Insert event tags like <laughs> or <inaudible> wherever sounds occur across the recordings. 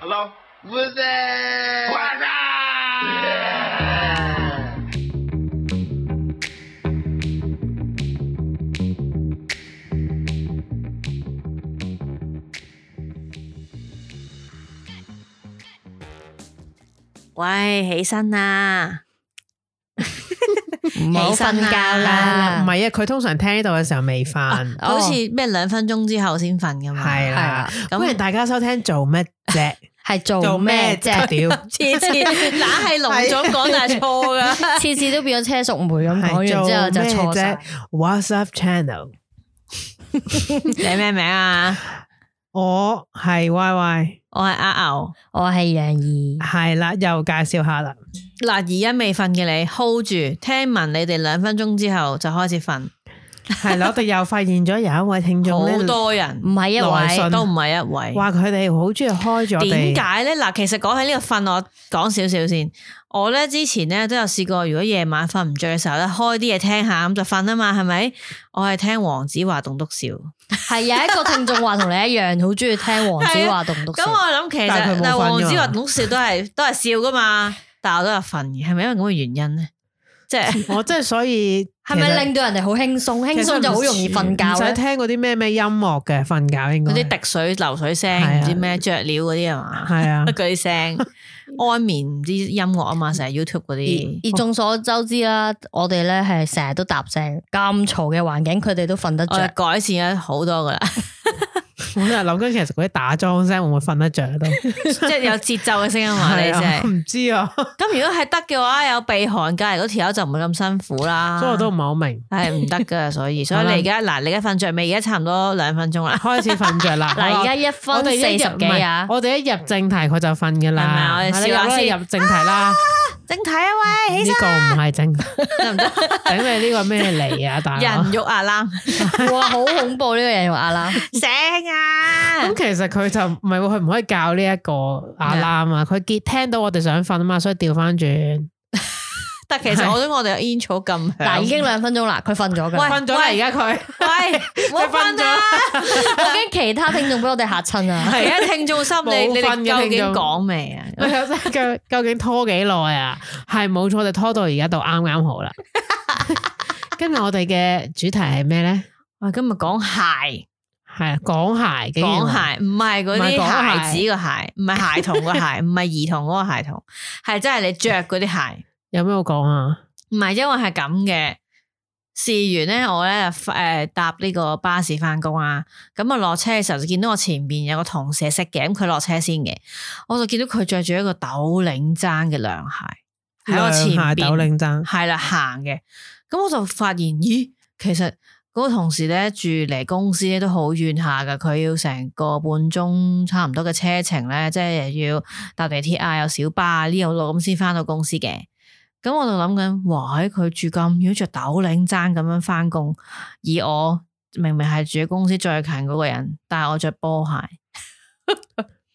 hello? What's that? What's Yeah. 喂，起身啊啦！唔好起身瞓覺啦啦唔係啊，佢通常聽呢度嘅時候未瞓，好似係咩兩分鐘之後先瞓噶嘛？啦。咁 <laughs> 歡迎大家收聽做乜啫？系 <laughs> 做咩啫？屌， <laughs> 次次硬係浓咗講，但係錯噶。次次都變咗車淑梅 <laughs> 咁講完之後就係做錯咩晒啫。WhatsApp channel，你咩名啊？我係 Y Y，我係阿牛。我係楊怡，係啦，又介紹下啦。嗱，而家未瞓嘅你 hold 住，聽聞你哋兩分鐘之後就開始瞓，係啦，我哋又發現咗有一位聽眾咧好，多人唔係一來信位都唔係一位。話佢哋好中意開咗我哋點解咧？嗱，其實講起呢個瞓，我講少少先。我咧之前咧都有試過，如果夜晚瞓唔着嘅時候咧，開啲嘢聽下咁就瞓啊嘛，係咪？我係聽黃子華棟篤笑，係啊有一個聽眾話同你一樣，好中意聽黃子華讀唔讀咁我諗其實但係佢冇瞓㗎嘛但係黃子華棟篤笑都係都係笑噶嘛，但係我都有瞓嘅，係咪因為咁嘅原因咧？即係我真係所以係咪令令到人哋好輕鬆？輕鬆就好容易瞓唔覺使咧。聽嗰啲咩咩音樂嘅瞓覺應該嗰啲滴水流水係聲，啊唔知咩雀鳥嗰啲係嘛？<laughs> 係啊嗰啲聲 <laughs> 安眠唔知音樂啊嘛，成日 YouTube 嗰啲。而眾所周知啦，我哋咧係成日都搭聲，咁嘈嘅環境，佢哋都瞓得我哋着。改善咗好多噶啦， <laughs> 我都係諗緊，其實嗰啲打裝聲會唔會瞓得着 <laughs> 都？即係有節奏嘅聲音嘛，你係真啊係。唔知啊，咁如果係得嘅話，有鼻鼾隔離嗰條友就唔會咁辛苦啦。所以我都唔係好明。係唔得噶， <laughs> 所以所以你而家嗱，你而家瞓着未？而家差唔多兩分鐘啦，開始瞓 <laughs> 着啦。嗱，而家一好啦分四十幾啊！我哋一入唔係我哋一入正題佢就瞓噶啦。係咪我哋係啦笑下入啦先入正題啦。整體啊喂， <laughs> 起呢個唔係正題，身得唔得？ <laughs> 頂你呢個咩嚟啊，大 <laughs> 佬？人肉牙啦，哇，好恐怖呢個人用阿啦，醒啊！ <laughs> 咁其實佢就唔係喎，佢唔可以教呢一個阿 <laughs> lam 啊，佢見聽到我哋想瞓啊嘛，所以調翻轉。但其實我覺得我哋嘅煙草咁響，嗱已經兩分鐘啦，佢瞓咗㗎 <laughs> 啦。瞓咗啦，而喂家佢喂，我瞓啊啦。我驚其他聽眾俾我哋嚇親 <laughs> 啊！而家聽眾心冇你你瞓嘅哋究聽竟眾講未啊？ <laughs> 喂究究竟拖幾耐啊？係冇錯，我哋拖到而家度啱啱 <laughs> 好啦。今日我哋嘅主題係咩咧？我今日講鞋，係講鞋，竟然講話啊鞋，唔係嗰唔係講啲鞋鞋子個鞋，唔係鞋 <laughs> 童個鞋，唔係兒童嗰個鞋童，係真係你着嗰啲鞋。有咩好講啊？唔係因為係咁嘅。試完咧，我咧誒、呃搭呢個巴士翻工啊，咁啊落車嘅時候就見到我前邊有個同事係識嘅，咁佢落車先嘅，我就見到佢着住一個斗領踭嘅涼鞋喺我前涼鞋斗邊，領踭，係啦行嘅，咁我就發現咦，其實嗰個同事咧住離公司咧都好遠下噶，佢要成個半鐘差唔多嘅車程咧，即係要搭地鐵啊，有小巴啊呢度路咁先翻到公司嘅。咁我就諗緊，哇！喺佢住咁遠，着斗領踭咁樣翻工，而我明明係住喺公司最近嗰個人，但係我着波鞋，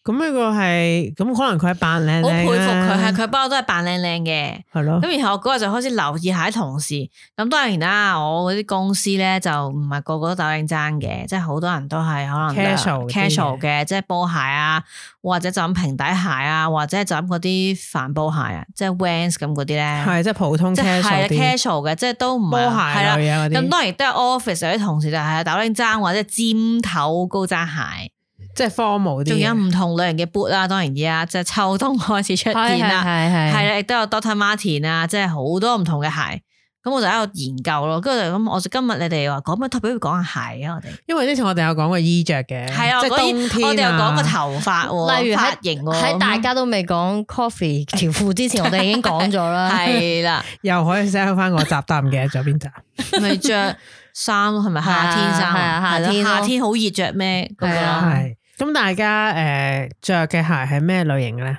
咁呢個係咁可能佢係扮靚靚好佩服佢，係佢佢包都係扮靚靚嘅。係咯，咁然後我嗰日就開始留意下啲同事，咁當然啦，我嗰啲公司咧就唔係個個都斗領踭嘅，即係好多人都係可能 Casual 啲嘅 casual 嘅，即係波鞋啊，或者就咁平底鞋啊，或者就咁嗰啲帆布鞋啊，即係 Vans 咁嗰啲咧，係即係普通即係係 casual 啦啲 casual 嘅，即係都唔係波鞋係啦。類啊嗰咁啲，當然都係 office 有啲同事就係斗領踭或者尖頭高踭鞋，即係 formal 啲仲有嘅。唔同類型嘅 boot 啦。當然而家即係秋冬開始出係現係啦，係係係。啦，亦都有 Doctor Martin 啊，即係好多唔同嘅鞋。咁我就喺度研究咯，跟住就咁，我就今日你哋話講乜 topic 講下鞋啊？我哋因為之前我哋有講過衣着嘅，係啊，即我係冬講天我哋又講個個頭髮喎，例如喺髮型喎喺大家都未講 coffee 條褲之前，我哋已經講咗啦。 <laughs> 係啦，又可以 sell 翻個集，但唔記得咗 <laughs> 邊集。咪着衫咯，係咪夏天衫係啊係係啊咯夏天咯夏天好熱着咩咁係樣啊咯？係咁，大家誒著嘅鞋係咩類型嘅咧？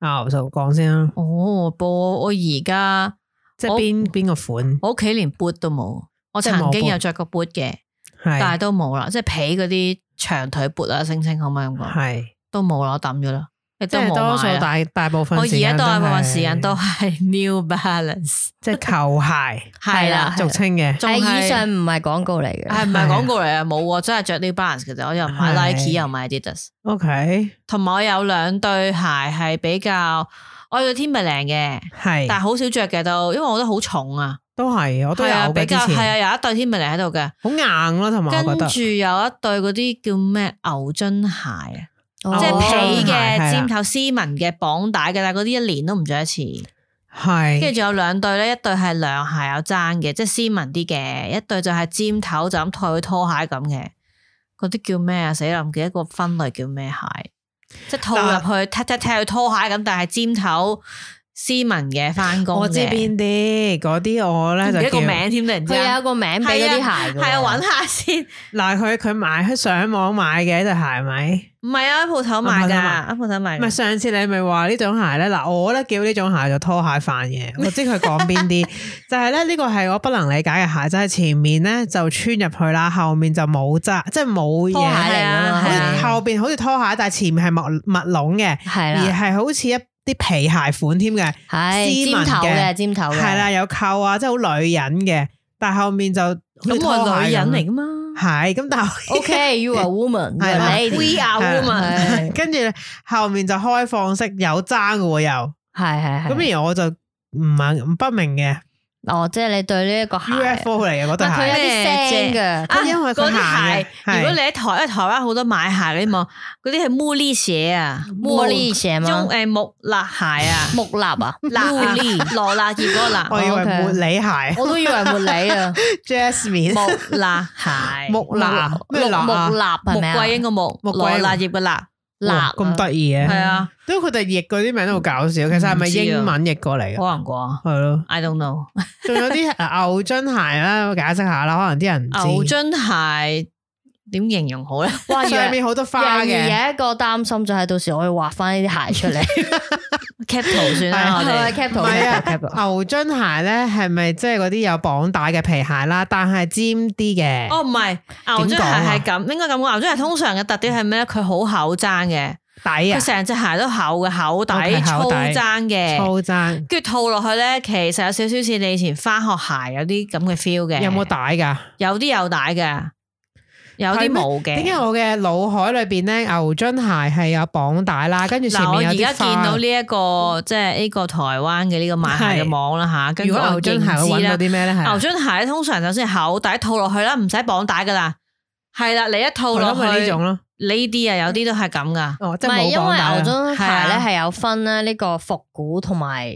啊，我就講先啦，哦，波我而家。即係我邊邊個款我屋企連 boot 都冇，我即係冇曾經 boot 有着過 boot 嘅，但係係都冇啦，即係皮嗰啲長腿 boot 啊，聲稱可唔可以咁講？係都冇啦，我抌咗啦。亦即都係多冇數買啦。大大部分我而時家間都大部分係 <laughs> 時間都係 New Balance，即係球鞋， <laughs> 係啊啦係俗稱嘅。仲誒係以上唔係廣告嚟嘅，係唔係廣告嚟啊？冇喎，真係着 New Balance 嘅啫，我又唔買係 Nike，又唔買 Adidas， OK，同埋我有兩對鞋係比較，我有 Timberland 嘅，但係係好少着嘅都，因為我覺得好重啊，都係，我都有係啊，嘅比較之係前，啊，有一對 Timberland 喺度嘅，好硬咯，同埋我覺跟得住有一對嗰啲叫咩牛津鞋啊。哦即係皮哦係啦嘅尖頭絲紋嘅綁帶嘅，但係嗰啲一年都唔着一次。跟係住仲有兩對咧，一對係涼鞋有踭嘅，即係絲紋啲嘅；一對就係尖頭就咁拖拖鞋咁嘅。嗰啲叫咩啊？死啦，唔記得個分類叫咩鞋，即係套入去踢踢踢去拖鞋咁，但係尖頭絲紋嘅翻工我知邊啲，嗰啲我咧啊唔就記得個叫名添，突然之佢有間一個名俾嗰啲鞋嘅，係啊，揾下先。嗱，佢佢買喺上網買嘅對鞋咪，唔係啊，喺鋪頭買㗎，啊喺鋪頭買唔係㗎。上次你咪話呢種鞋咧，嗱我咧叫呢種鞋就拖鞋飯嘅， <laughs> 我知佢講邊啲，就係咧呢個係我不能理解嘅鞋，就係前面咧就穿入去啦，後面就冇揸，即係冇拖鞋嘢，嚟㗎係啊嘛好係似啊後邊好似拖鞋，但係前面係密密籠嘅，係而啦，係好似一啲皮鞋款添嘅，係絲尖紋頭嘅嘅尖頭嘅，係啦，有扣啊，即係好女人嘅，但係後面就咁咁我係女人嚟㗎嘛。<laughs> 係咁，但係。 ，OK，you are woman，係啦 lady， We are 係啊 woman。係跟住後面就開放式有爭嘅喎又，係係，咁而我就唔係不明嘅哦，即係你對呢一啊個鞋， UFO 嚟嘅嗰對但佢有鞋，啲聲嘅，啊因為佢嗰啲鞋鞋，係如果你喺台，因為台灣好多買鞋嗰啲嘛，嗰啲係茉莉鞋啊，茉莉鞋木中嗎？誒木蠟鞋啊，木立啊，蠟茉莉，啊羅勒葉嗰個蠟，我以為 OK 茉莉哦鞋我都以為茉莉 <laughs> 啊， <laughs> Jasmine 木蠟鞋，木蠟木咩蠟啊木立係咪木啊？桂英個木，木羅桂英勒葉嘅蠟，立哇啊咁得意係嘅，啊，都佢哋譯嗰啲名都好搞笑，其實係咪唔知啊英文譯過嚟可嘅？能啩係咯， ，I don't know。仲有啲啊牛津鞋啦，我解釋下啦，可能啲人唔知牛津鞋點形容好咧？哇，原上來面好多花然嘅，而有一個擔心就係到時我要畫翻呢啲鞋出嚟， <laughs> cap 圖算啦，我係咪哋 cap 唔圖 <laughs> 係啊 cap 圖？牛津鞋咧係咪即係嗰啲有綁帶嘅皮鞋啦？但係尖啲嘅，哦唔係牛津點鞋講啊係咁，應該咁講。牛津鞋通常嘅特點係咩咧？佢好厚踭嘅。底啊佢，成隻鞋都厚嘅，厚底 OK，厚粗底踭嘅，粗踭，跟住套落去咧，其實有少少似你以前翻學鞋有啲咁嘅 feel 嘅。有冇？帶㗎？有啲有帶嘅，有係啲咩冇嘅。點解我嘅腦海裏邊咧牛津鞋係有綁帶啦，跟住前嗱，我面有而啲家見到花。呢一個即係呢個台灣嘅呢個賣鞋係嘅網啦吓，跟如住果我牛津鞋認會知揾到啦，啲咩咧？係啊牛津鞋通常就先厚底套落去啦，唔使綁帶噶啦。係啦，你一套落哦咁去咪呢種咯，呢啲啊，有啲都係咁噶。哦，即唔係係冇因綁為帶啊牛津鞋咧係啊係有分咧呢個復古同埋，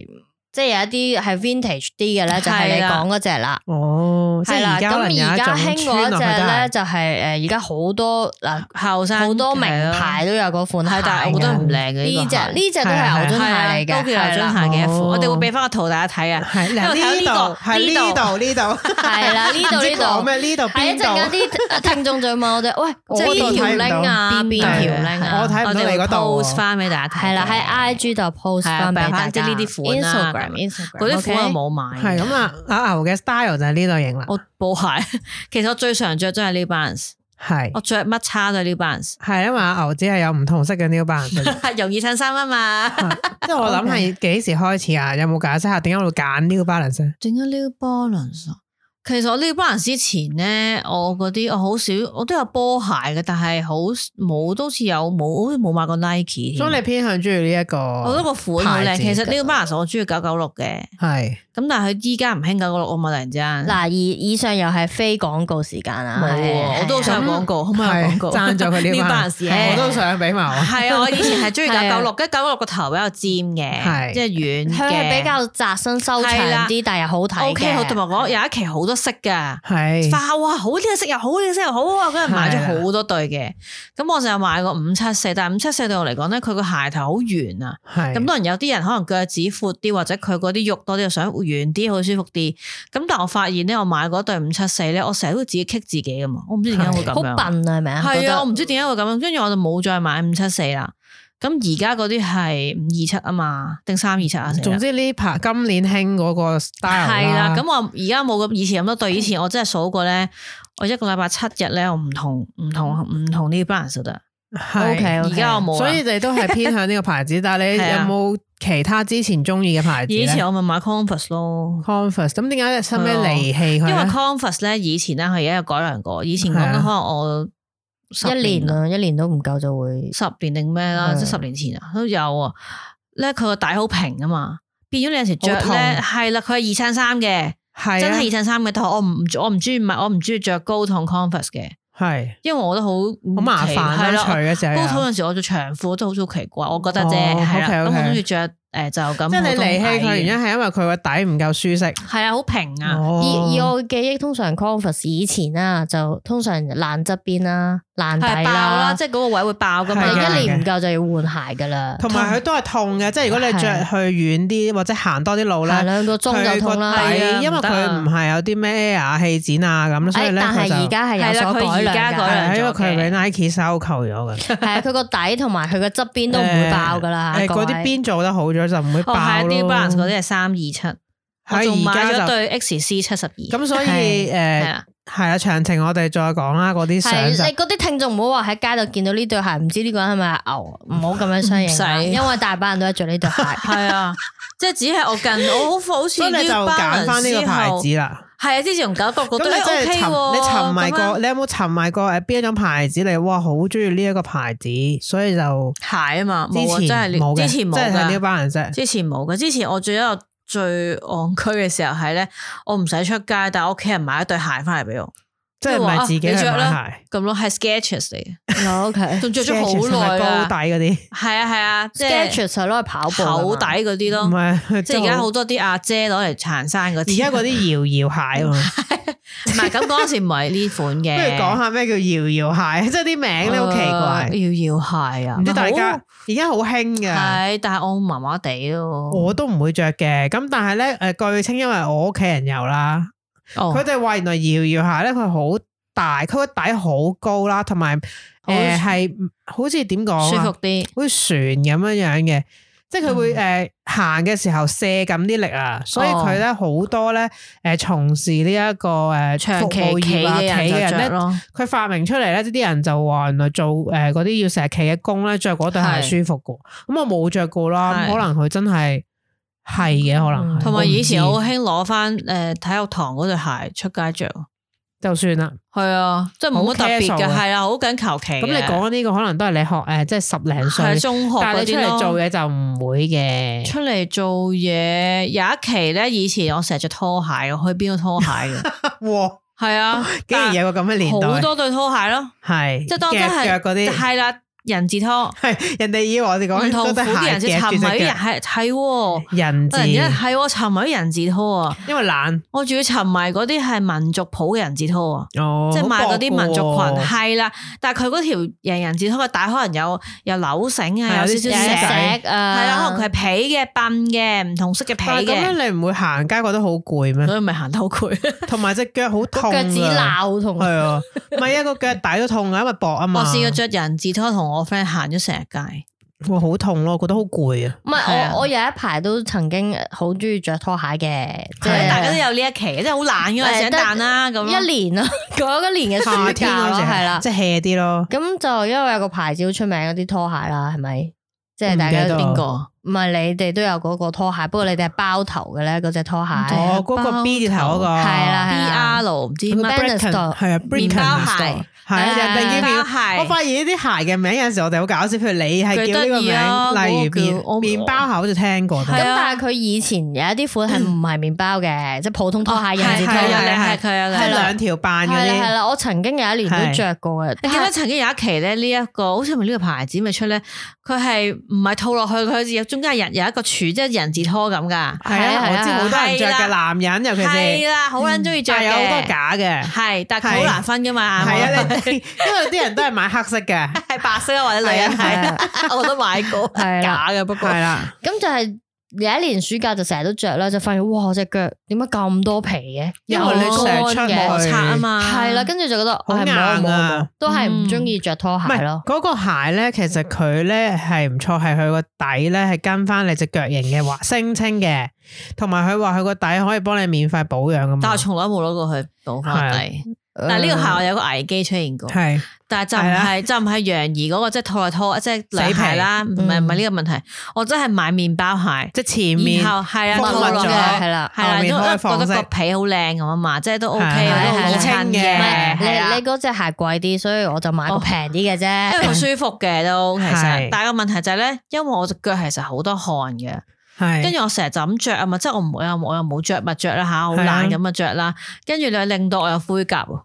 即係有一啲係 vintage 啲嘅咧，就係你係啦講嗰只啦。哦，即係係啦，而家咁可能有而一家種興穿嗰落只去都咧係就係誒而家好多嗱後生好多名係咯牌都有嗰款鞋係，但係我覺得唔嘅靚嘅呢個只鞋呢只都係係係牛津鞋嚟係嘅，啊都叫牛津係啦鞋嘅一款，哦我哋會俾翻個圖大家 <laughs> 睇啊。係嗱因為睇呢呢度度係呢呢度度呢度係啦，呢唔度知呢講度咩呢度係啊一邊陣間度？啲聽眾就會問我哋，喂，我即係度邊條睇唔到 link 啊？邊條條係 link 啊？我睇唔到哋會你嗰度喎 post 翻俾大家睇嘅。係啦，喺 IG 度 post 係啊翻俾擺大返家。即係呢啲款啦 Instagram、Instagram 嗰啲款我 OK？冇買。係咁，啊啦，阿牛嘅 style 就係呢類型啦，我布鞋。 <laughs> 其實我最常着都係 New Balance，係我着乜叉都係 New Balance，係因為阿牛只係有唔同色嘅 New <laughs> Balance 啫。容易襯衫啊嘛。即係我諗係幾時開始啊？有冇解釋下點解會揀 New Balance 呢 <laughs> 點解 New Balance 啊？其實我 New Balance 之前咧，我嗰啲我好少，我都有波鞋嘅，但係好冇，都好似有冇，好似冇買過 Nike 添。所以你偏向中意呢一個？嗯我覺得個款好牌靚，子其實㗎 New Balance 我中意九九六嘅，係咁但係佢依家唔興九九六啊嘛，突然之間。嗱，以以上又係非廣告時間啦，冇係喎，我都好想有廣告，可唔可以有係廣告？贊助佢 New New Balance，Balance，係係我都想俾 <laughs> 埋我。係啊， <laughs> 我以前係中意九係啊九六，跟住九九六個頭比較尖係嘅，即係軟佢係嘅，比較窄身收長係啦啲，但係又好睇 O K。好，同埋我我有一期好多色㗎。係花哇，好呢個色又好，呢個色又好啊！跟住買咗好多對啊嘅，咁我就買過五七四，但係五七四對我嚟講咧，佢個鞋頭好圓啊。係咁當然有啲人可能腳趾闊啲，或者佢嗰啲肉多啲，就想圓啲，好舒服啲。咁但我發現咧，我買嗰對五七四咧，我成日都自己棘自己噶嘛，我唔知點解會咁好樣。笨啊，係咪啊？覺係得啊，我唔知點解會咁樣，跟住我就冇再買五七四啦。咁而家嗰啲係五二七啊嘛，定三二七啊，死啦嗯總之呢排今年興嗰個 style 係啦，啦。咁我而家冇咁以前咁多對，以前我真係數過咧，我一個禮拜七日咧，我唔同唔同唔同呢 balance 得，係 O K，而家我冇啦所以你都係偏向呢個牌子，<laughs> 但係你係有啊冇其他之前中意嘅牌子呢以前我咪買 Converse 咯。 Converse，咁點解收尾係啊離棄佢因為咧？ Converse 咧以前咧佢而家有改良過，以前講係啊緊可能我十一年啦，啊，一年都唔夠就會十年定咩啦，係即係十年前啊都有啊。咧佢個底好平啊嘛，變咗你有時着好痛咧係啦，佢係二襯三嘅，係真係啊二襯三嘅。但係我唔我唔中意買，我唔中意着高筒 Converse 嘅，係因為我覺得好好好麻煩係啦，除啦。嘅時候高又筒有時我着長褲都好似好奇怪，我覺得啫，哦係啦。咁 OK，OK 我中意着誒就咁。即係你離棄佢原因係因為佢個底唔夠舒適。係啊，好平啊。以以哦，我嘅記憶，通常 Converse 以前啦，就通常爛側邊啦、爛係底爆啦，啦，即係嗰個位會爆噶嘛。係啊你嘅一年唔夠就要換鞋噶啦，同埋佢都係痛嘅，即係如果你着係去遠啲或者行多啲行路咧，兩個鐘佢就個痛啦。係啊底因為唔得啊佢唔係有啲咩 air 氣墊啊咁，所以哎咧但佢就係而家係有係啦所佢改而家良改良㗎，係因為佢係俾改 Nike 收購咗嘅。係啊，佢個底同埋佢個側邊都唔會爆噶啦。誒誒各位嗰啲邊做得好咗就唔會哦，爆係 New 咯。 Balance 嗰啲係三二七，我仲喺買而咗家就對 XC 七十二，咁，所以係係誒啊，係啊，詳情我哋再講啦。嗰係啲相就你嗰啲聽眾唔好話喺街度見到呢對鞋，唔知呢個人係咪阿牛，唔好咁樣相認啦，唔使因為大把人都係着呢對鞋。 <laughs> 係啊，即係只係我近我好好似所 New 以你就揀翻呢 Balance 個之牌後，子啦。係啊，之前唔搞覺覺咁得你真 OK 係沉，喎，你沉迷咁過，樣你有冇沉迷過誒邊一種牌子？你哇好中意呢一個牌子，所以就鞋啊嘛，之冇啊，前真係冇嘅，之前冇真係呢㗎，班人啫。之前冇嘅，之前我最有最戇居嘅時候係咧，我唔使出街，但係我屋企人買一對鞋翻嚟俾我，即係唔係自己去啊你着買啦鞋，咁咯，係 Skechers 嚟嘅， O K。仲着咗好耐高啦底，嗰啲，係啊係啊，即 Skechers 係係攞嚟跑步㗎啊嘛厚底嗰啲唔咯。係即係而家好多啲阿姐攞嚟行山嗰而啲，家嗰啲搖搖鞋啊嘛。 <laughs> 唔係咁嗰陣時唔 <laughs> 係呢款嘅。不如講下咩叫搖搖鞋，即係啲名咧好奇怪，怪，搖搖哦鞋啊，唔知大家好而家好興㗎。係，但係我麻麻地咯。我都唔會着嘅，咁但係咧誒據稱，因為我屋企人有啦，哦佢哋話原來搖搖鞋咧佢好大，佢個底好高啦，同埋誒係嗯好似點講舒啊服嗯啲，好似船咁樣樣嘅，即係佢會誒行嘅時候卸緊啲力啊，所以佢咧好多咧誒從事呢一個誒哦長服期務企業啊嘅企人就咧着，咯。佢發明出嚟咧，啲人就話原來做誒嗰啲要成日企嘅工咧，着嗰對係鞋舒服嘅。咁我冇着過啦，係可能佢真係係嘅，可能係同我埋唔以前知我好興攞翻誒體育堂嗰對鞋出街着，就算啦。係啊，即係冇乜特別好 casual 嘅，啊係啊，好緊求其嘅。咁你講緊呢個可能都係你學誒，即係十零歲係，中學但係嗰你出啲嚟咯做嘢就唔會嘅。出嚟做嘢有一期咧，以前我成日着拖鞋嘅，去邊度拖鞋 <laughs> 嘅？哇！係啊，竟然有個咁嘅年代，好多對拖鞋咯，係即係當真夾腳係嗰啲，係啦，人字拖。係人哋以為我哋講唔緊同都苦得嘅人鞋先夾沉住迷隻人腳係係喎，人突然間字，係喎沉迷啲人字拖啊！因為懶我仲要沉迷嗰啲係民族譜嘅人字拖啊！哦，即係賣嗰啲民族好薄裙，嘅喎係啦，但係佢嗰條人人字拖嘅帶可能有有扭繩啊，係有有啲少有少石石，石啊，係啦，可能佢係皮嘅、笨嘅、唔同色嘅皮但係咁嘅，樣你唔會行街覺得好攰咩？所以咪行得好攰。同埋隻腳好痛腳趾啊，鬧同係啊，唔係啊，個腳底都痛啊，因為薄啊嘛。 <laughs> 我試過着人字拖同我 friend 行咗成日啊街，哇，好痛咯，覺得好攰啊。唔係係啊我我有一排都曾經好中意着拖鞋嘅，即係啊係大家都有呢一期，即係好懶嘅，誒成蛋啦咁咯。一年啊， <laughs> 嗰一年嘅夏暑天假嗰咯，時係啦。即係 hea 啲咯。咁就因為有個牌子好出名嗰啲拖鞋啦，係咪？即係大唔記家得邊咗個？個？唔係你哋都有嗰個拖鞋，不過你哋係包頭嘅咧，嗰只拖鞋係啊哦，嗰個包 B 字頭嗰個係啦 B 係啦 R 唔知咁乜啊 Brandon Store 係啊 b r i t 麵 t o 包 n 鞋係啊，人哋叫麵誒麵包鞋我發現呢啲鞋嘅名有陣時我哋好搞笑，譬如你佢係叫呢個得意啊名，例如嗰個叫我麵麵包鞋好似聽過都咁係啊但係佢以前有一啲款係唔係麵包嘅，即係普通拖鞋人字拖係係鞋。係係佢有即係兩。兩條係扮嗰啦係啲，啦，我曾經有一年都着過嘅。你記但得係曾經有一期咧，呢、一個好似係咪呢個牌子咪出咧？佢係唔係套落去？佢有中間人有一個柱，即係人字拖咁噶。係係啊啊，係我啊知好多人着係嘅啦男人，尤其係是，嗯啦，好撚中意着但係有好嘅多。假嘅，係，但係佢係好難分噶嘛。係啊，你因為啲人都係買黑色嘅， <laughs> 係白色啊，或者女人係啊係， <laughs> 我都買過係啦假嘅，啊不過係啦，咁就係有一年暑假就成日都着啦，就發現哇，我只腳點解咁多皮嘅？因為你成日出乾嘅摩摩擦啊嘛，係啦，跟住就覺得好係冇硬冇啊冇，都係唔中意着拖唔鞋係咯。嗰個鞋咧，其實佢咧係唔錯，係佢個底咧係跟翻你只腳型嘅話，聲稱嘅，同埋佢話佢個底可以幫你免費保養噶嘛啊但我。從來冇攞過去補翻底，但系呢個下有個危機出現過，系但系就唔啊係就唔係楊怡嗰個，即係拖嚟拖，即係涼鞋啦，唔嗯係唔係呢個問題，我真係買麵包鞋，即系前面然後係啊，封套密落咗哦嘅係啦係啦，後面因為開覺放得式個皮好靚咁啊嘛，即係都 OK，係都好係襯係嘅，唔係你係啦啊你嗰只鞋貴啲，所以我就買個哦平啲嘅啫。因為佢舒服嘅都其實係，但係個問題就係咧，因為我隻腳其實好多汗嘅。系，跟住我成日就咁着啊嘛，即係我唔我又我又冇着物着啦吓，好係啊懶咁啊着啦，跟住你令到我有灰甲喎，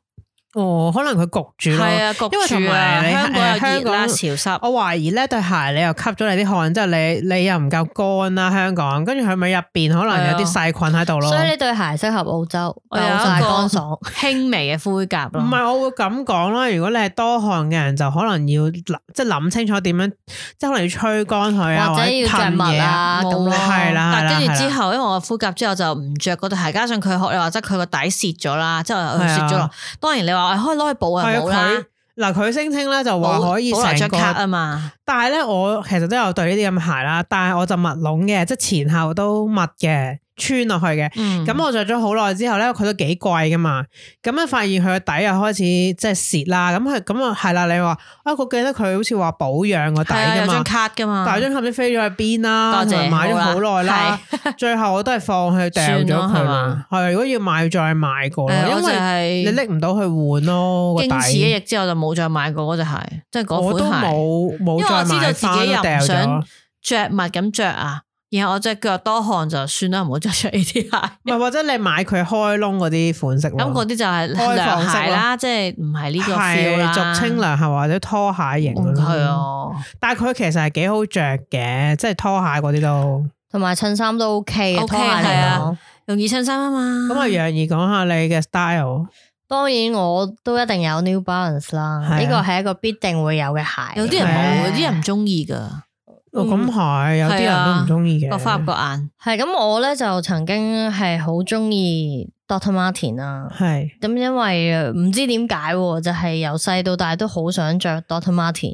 哦，可能佢焗住咯，係啊因為焗同住啊，埋你香港又呃香熱啦港潮濕，我懷疑呢對鞋你又吸咗你啲汗，之後你你又唔夠乾啦，香港，跟住佢咪入邊可能有啲啊細菌喺度咯。所以呢對鞋適合澳洲，我有夠晒一個乾爽。輕微嘅灰甲咯唔。係，我會咁講啦。如果你係多汗嘅人，就可能要諗即係諗清楚點樣，即係可能要吹乾佢啊，或或者要着噴嘢襪啊咁咯，係啦，係但啦跟住係之啦後，因為我灰甲之後就唔着嗰對鞋，加上佢學你話齋佢啊個底蝕咗啦，之後又係啊蝕咗落。當然你話哎可以攞去補啊，係啊冇啦，佢嗱佢聲稱咧就話補可以補嚟成張個，卡啊嘛，但係咧我其實都有對呢啲咁嘅鞋啦，但係我就密攏嘅，即係前後都密嘅，穿落去嘅。嗯，咁我着咗好耐之後咧，佢都幾貴噶嘛。咁啊，發現佢個底又開始即係蝕啦。咁佢咁啊係啦，你話啊，我記得佢好似話保養個底係啊噶有張嘛。卡噶嘛，但係張盒都飛咗去邊啦，多謝啊同埋買咗好耐啦。 <laughs> 最後我都係放去掉咗佢算啦啦。係如果要買再買過咯，誒我因就為你係拎唔到去換咯個經此一底。役之後就冇再買過嗰隻鞋，即係嗰我款都鞋。冇冇因為我再知買道自翻己又都掉唔想咗。着襪咁着啊，然後我只腳多汗就算啦，唔好着着呢啲 <laughs> 鞋。唔係或者你買佢開窿嗰啲款式咯。咁嗰啲就係開放涼式鞋啦，即係唔係呢個 feel 啦。係俗稱涼鞋或者拖鞋型嗰嗯，啲係啊，但係佢其實係幾好着嘅，即係拖鞋嗰啲嗯都。同埋襯衫都 OK 嘅， OK，拖鞋嚟係講啊。容易襯衫啊嘛。咁啊，楊怡講下你嘅 style，當然我都一定有 New Balance 係啊啦，呢個係一個必定會有嘅鞋。有啲人係冇，啊有啲人唔中意噶，哦咁係有啲嗯係人啊都唔中意嘅。各花入各眼。係咁，我咧就曾經係好中意 Dr. Martin 啦。係咁因為唔知點解喎，就係由細到大都好想着 Dr. Martin，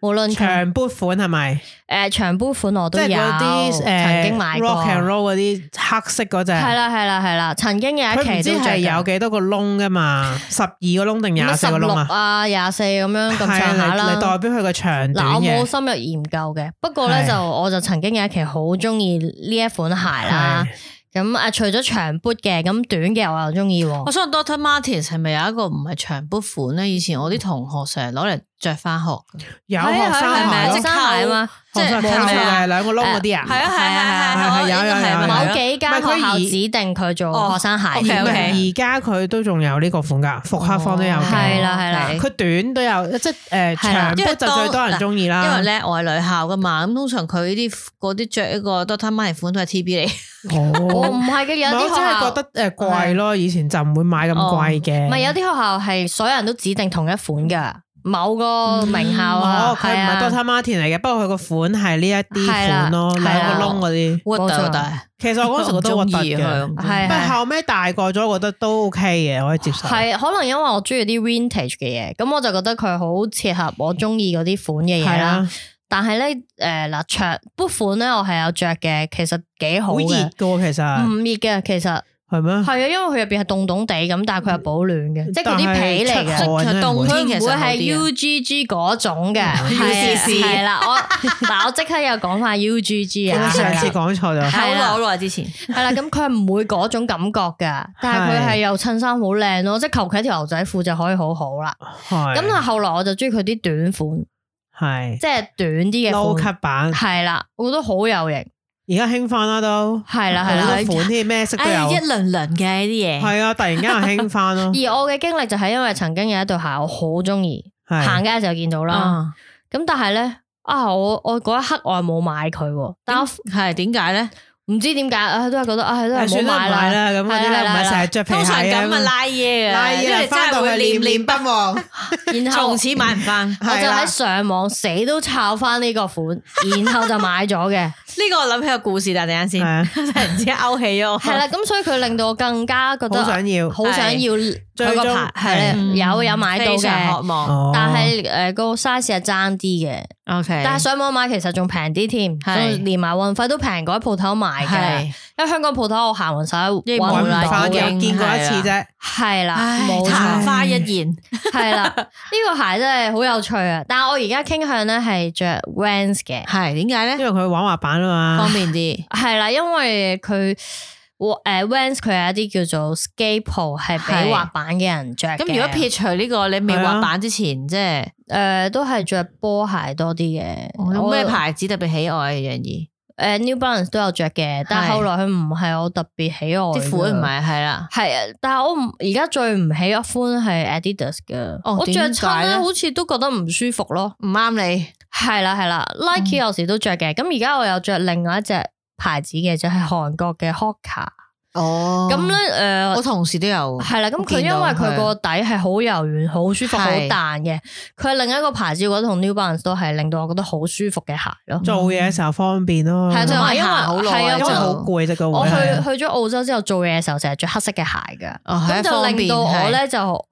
無論佢長 boot 款係咪？誒長杯款我即都有係嗰啲曾經買誒過。 rock and roll 嗰啲黑色嗰只。係。啦係啦係啦，曾經有佢唔一知期都着係緊有幾多個窿噶嘛？十二個窿定廿咩四十個六窿啊？啊廿四咁樣咁係啊上下你啦你。代表佢個長短嗱，我冇嘅。深入研究嘅，不過咧係就我就曾經有一期好中意呢一款鞋啦。咁啊，除咗長 boot 嘅，咁短嘅我又中意哦我喎。想 Doctor Martens 係咪有一個唔係長 boot 款咧？以前我啲同學成日攞嚟着翻學㗎，有係學啊係生啊係啊即鞋學咯生鞋啊嘛，即係學生係係咪咪啊？兩個窿嗰啲啊？係啊係啊係啊係啊係啊，有有有係有某幾唔係間佢學校而指定佢做哦學生鞋唔 OK，OK 嘅。係而家佢都仲有呢個款噶，復刻啊方都有嘅。哦係啦係啦佢短都有，即係誒係啦長因為 boot 就最多人中意啦。哦因為咧我係女校噶嘛，咁通常佢呢啲嗰啲着一個 Doctor Martens 款都係 TB 嚟， <laughs> 我哦唔，係嘅，有唔係啲我學真係校哦覺得誒貴咯，以前就唔會買咁貴嘅。唔係有啲學校係所有人都指定同一款噶，某個名校啊哦，，佢係唔係啊 Doctor Martin 嚟嘅，不過佢個款係呢一啲係啦款咯，係啊兩啦個窿嗰啲。核突冇錯核突，其實我嗰時覺得核我唔突中意佢嘅，唔中意係啊不過後尾大個咗，覺得都 OK 嘅，我可以接受。係啊可能因為我中意啲 vintage 嘅嘢，咁我就覺得佢好切合我中意嗰啲款嘅嘢係啦啊。，但係咧，誒嗱長 boot 款咧，我係有着嘅，其實幾好好熱嘅嘅，喎，其唔實熱嘅其實係係咩？啊，因為佢入邊係凍凍地咁，但係佢係保暖嘅，即係嗰啲但係哦皮嚟出嘅汗。其實冬佢天唔其實會好係啲啊 UGG 嗰種嘅，係啊 UGC 係啦，我嗱我即刻又講翻 UGG 啊， <laughs> 我上係次啦講錯咗。係啊啦好耐好耐之前。係啦，咁佢係唔會嗰種感覺噶，但係佢係又襯衫好靚咯，即係求其一條牛仔褲就可以好好啦。咁啊係但係後來我就中意佢啲短款，係即係短啲嘅 low 款， cut 版，係啦，我覺得好有型，而家興翻啦都，係啦係啦。好多款添，咩色都哎呀，一有。輪輪嘅呢啲嘢，啊係啊，突然間又興 <laughs> 翻咯，而我嘅經歷就係因為曾經有一對鞋我好中意，行係街就見到啦。啊，咁但係咧啊，我我嗰一刻我係冇買佢喎，但我係點解咧？唔知點解啊，都係覺得啊，都係誒冇算買啦，唔買啦。啦，咁嗰係啲咧唔啦係啦啊係成日着皮通常鞋咁啊嘅，拉嘢拉啊，因嘢為啦你真翻係到去會念念念不忘，然後從此買唔翻。呢我就係啦喺上網死都抄翻呢個款， <laughs> 然後就買咗嘅，個我諗起個故事，但係等陣係先，啊，突然之間勾起咗我。係啦，咁所以佢令到我更加覺好得啊想要。好想要佢最個終牌，係咧嗯有有買到非常嘅呃渴，望。哦但係誒個 size 係爭啲嘅， O K，但係上網買其實仲平啲添，係仲連埋運費都平過喺鋪頭買嘅。系因為香港鋪頭我行匀晒，因為搵冇搵唔啦翻到啊已嘅，經見過一次啫。係啊啦，唉冇曇錯，花一現，係 <laughs> 啦。呢個鞋真係好有趣啊！但係我而家傾向咧係着 Vans 嘅，係點解因咧？為佢玩滑板啊方嘛，便啲，係啦，因為佢。诶，Vans 佢有一啲叫做 skate 鋪，係係俾滑板嘅人着嘅。咁如果撇除呢個你未啊滑板之前，即係诶都係着波鞋多啲嘅。有哦咩我牌子特別喜愛嘅樣兒？誒 New Balance 都有着嘅，但係係後來佢唔係我特別喜愛嘅，啲款唔係係啦，係啊，但係我唔而家最唔喜歡係 Adidas 嘅，哦我着點解親咧咧好似都覺得唔舒服咯。嗯唔啱你。係啦係啦，Nike 有時都着嘅，咁而家我有着另外一隻牌子嘅，就係韓國嘅 Hoka。哦咁咧我誒。同事都有，係啦，咁我佢見因到為佢佢個底係好柔軟、好舒服、好係彈嘅，佢係另一個牌子，我覺得同 New Balance 都係令到我覺得好舒服嘅鞋咯。做嘢嘅時候方便咯。係啊同嗯同埋埋因為行好耐係啊因為就好攰啫個我會去係。去咗澳洲之後做嘢嘅時候，成日着黑色嘅鞋噶，哦係咁就方令便到我係咧就好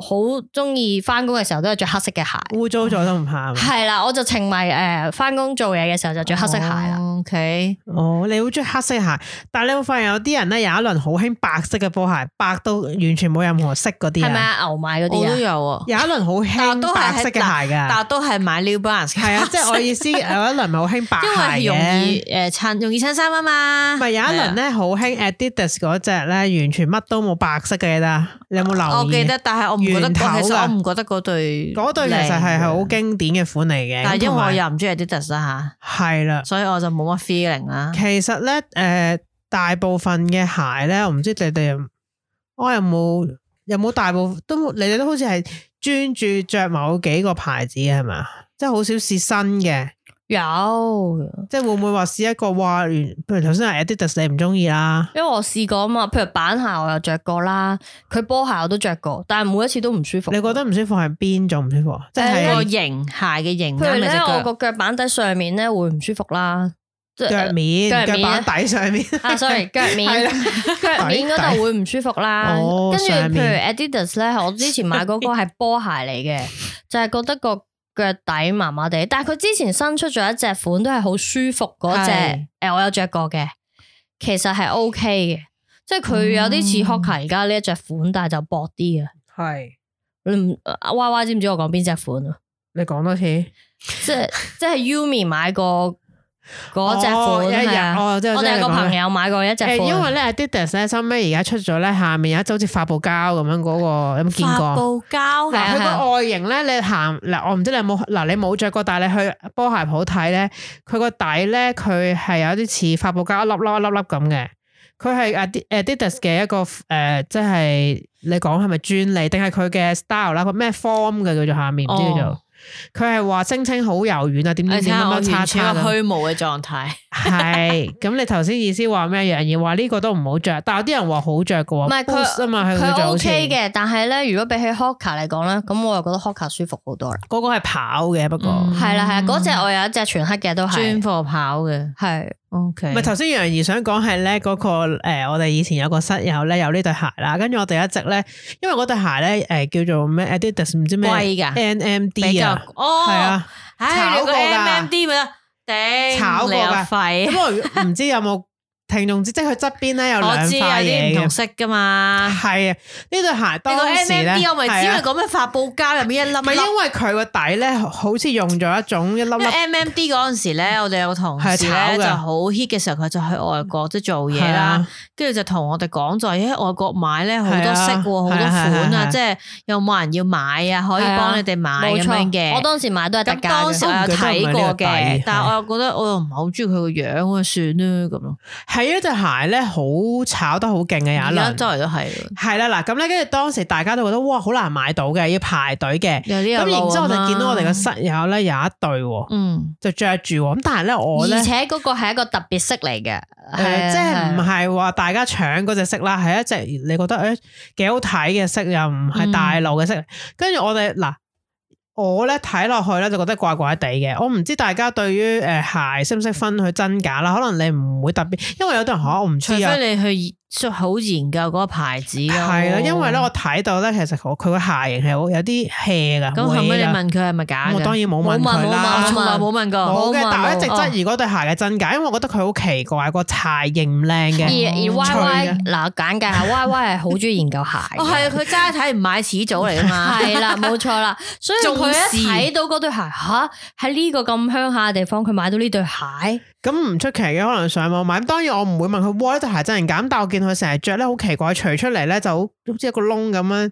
中意翻工嘅時候都係着黑色嘅鞋。污糟咗都唔哦怕。係啦，我就情迷誒翻工做嘢嘅時候就着黑色鞋啦。 O K，哦，你好中意黑色鞋，但系你會發現有啲人咧有一輪好興白色嘅波鞋，白到完全冇任何色嗰啲係咪啊，啊？牛買嗰我都啲啊？有啊，有一輪好但係興都係白色嘅鞋但㗎，係都係買 New Balance 嘅係 <laughs> 啊，即係我意思有一輪咪好興白因為係鞋容易嘅。诶襯，容易襯衫啊嘛。咪有一輪咧，好興 Adidas 嗰只咧，完全乜都冇白色嘅啦。你有冇留係意？啊，我記得，但係我唔覺得圓頭嗰，㗎其實我唔覺得嗰對嗰對其實係靚嘅好，經典嘅款嚟嘅。但係因為咁同我埋又唔中意 Adidas 啦係啦吓，，所以我就冇乜 feeling 啊啦。其實咧，诶、大部分嘅鞋咧，我唔知你哋有，我有冇有冇大部分都冇，你哋都好似係專注着某幾個牌子嘅係咪啊？即係好少試新嘅，有，即係會唔會話試一個哇？原譬如頭先係 Adidas 你唔中意啦，因為我試過啊嘛。譬如板鞋我又着過啦，佢波鞋我都着過，但係每一次都唔舒服。你覺得唔舒服係邊種唔舒服啊？即個係型鞋嘅型譬啊啱如你隻咧，我腳個腳板底上面咧會唔舒服啦，即係腳面、腳腳面啊板底上面。啊，sorry，腳 <laughs> 係面啦腳面嗰度會唔舒服啦哦。跟住上譬如面 Adidas 咧，我之前買嗰個係波鞋嚟 <laughs> 嘅，就係覺得個腳底麻麻地。但係佢之前新出咗一隻款都係好舒服嗰隻，係誒我有着過嘅，其實係 OK 嘅，即係佢有啲似嗯 Hoka 而家呢一隻款，但係就薄啲嘅。係，你唔啊 Y Y 知唔知我講邊隻款啊？你講多次。即係即係 Umi 買過嗰隻哦一款日係啊哦即係我哋有個即係你講朋友買過一隻誒，款，呃因為咧 Adidas 咧，收尾而家出咗咧，下面有一隻好似發布膠咁樣嗰個，有冇見過發啊？布膠嗱，係啊佢係啊個外形咧，你行嗱，我唔知你有冇嗱，你冇着過，但係你去波鞋鋪睇咧，佢個底咧，佢係有啲似發泡膠一粒粒一粒粒咁嘅。佢係 Adi- Adidas 嘅一個誒、呃即係你講係咪專利定係佢嘅 style 啦？佢咩 form 嘅叫做下面唔知叫哦做。佢係話聲稱好柔軟啊，點你點睇點下我咁完樣叉全叉一個咁。虛無嘅狀態。係，咁你頭先意思話咩樣嘢？話呢個都唔好着，但有啲人話好着嘅喎。唔係佢 Boost 啊嘛，佢叫佢做好似 OK 嘅，但係咧，如果比起 Hoka 嚟講咧，咁我又覺得 Hoka 舒服好多啦。嗰個係跑嘅，不過。嗯係啦係啦，嗰隻我有一隻全黑嘅都專嗯係，貨跑嘅係，O K。唔係頭先楊怡想講係咧嗰個呃我哋以前有個室友咧有呢對鞋啦，跟住我哋一直咧，因為嗰對鞋咧誒、呃叫做咩 Adidas 唔知咩貴㗎比 NMD 較啊，哦，係，啊，唉，炒你個過㗎 M M D 咪得，頂炒過你有㗎肺。 <laughs> 咁我如果唔知有冇聽眾知，即係佢側邊咧有我兩知有啊塊啲唔嘢同嘅，色噶嘛。係啊，呢對鞋呢個當時 M 咧 M D 我咪知，因係為啊講咩發泡膠入面一粒唔係啊粒。因為佢個底咧好似用咗一種一粒因為粒 M M D 嗰陣時咧，我哋有個同事係啊咧炒㗎啊就好 hit 嘅時候，佢就去外國即係啊做嘢啦，，跟住就同我哋講就係喺外國買咧好多色喎，好多係啊款係啊係啊，啊即係有冇人要買啊，可以係啊幫你哋買冇咁樣嘅。錯。我當時買都係特咁價當時我嘅，有睇過我唔記得係咪嘅呢個底，但係我又覺得我又唔係好中意佢個樣啊，算啦咁咯。係啊，對鞋咧好炒得好勁嘅有而一家輪周。圍都係係啦，嗱咁咧，跟住當時大家都覺得哇，好難買到嘅，要排隊嘅。有啊啲咁然之後，我哋哋見到我哋嘅室友咧有一對喎，嗯就着住喎。咁但係咧，我咧而且嗰個係一個特別色嚟嘅，誒即係唔係啊係話大家搶嗰隻色啦，係一隻你覺得誒幾好睇嘅色，又唔係大路嘅嗯色。跟住我哋嗱，我咧睇落去咧就覺得怪怪地嘅。我唔知大家對於誒鞋識唔識分佢真假啦，可能你唔會特別，因為有啲人嚇我唔知除啊。非你去就好研究嗰個牌子咯。係啦，因為咧我睇到咧，其實佢佢個鞋型係好有啲 hea 噶。咁後尾你歪㗎問佢係咪假咁我嘅？當然冇冇問問佢我啦，從來冇問過。冇嘅，冇但我一直哦冇質疑嗰對鞋嘅真假，因為我覺得佢好奇怪，個鞋型唔靚而嘅。而嗯 Y 脆 Y 嘅嗱簡 <laughs> 介下 Y Y 係好中意研究鞋嘅，哦，係啊佢齋睇唔買始祖嚟噶嘛。系啦，冇錯啦，所以佢一睇到嗰對鞋，吓喺呢個咁鄉下嘅地方，佢買到呢對鞋，咁唔出奇嘅，可能上網買。咁當然我唔會問佢，哇！呢對鞋真定假？咁但我見佢成日着咧，好奇怪，除出嚟咧就好好似一個窿 <laughs> 咁樣。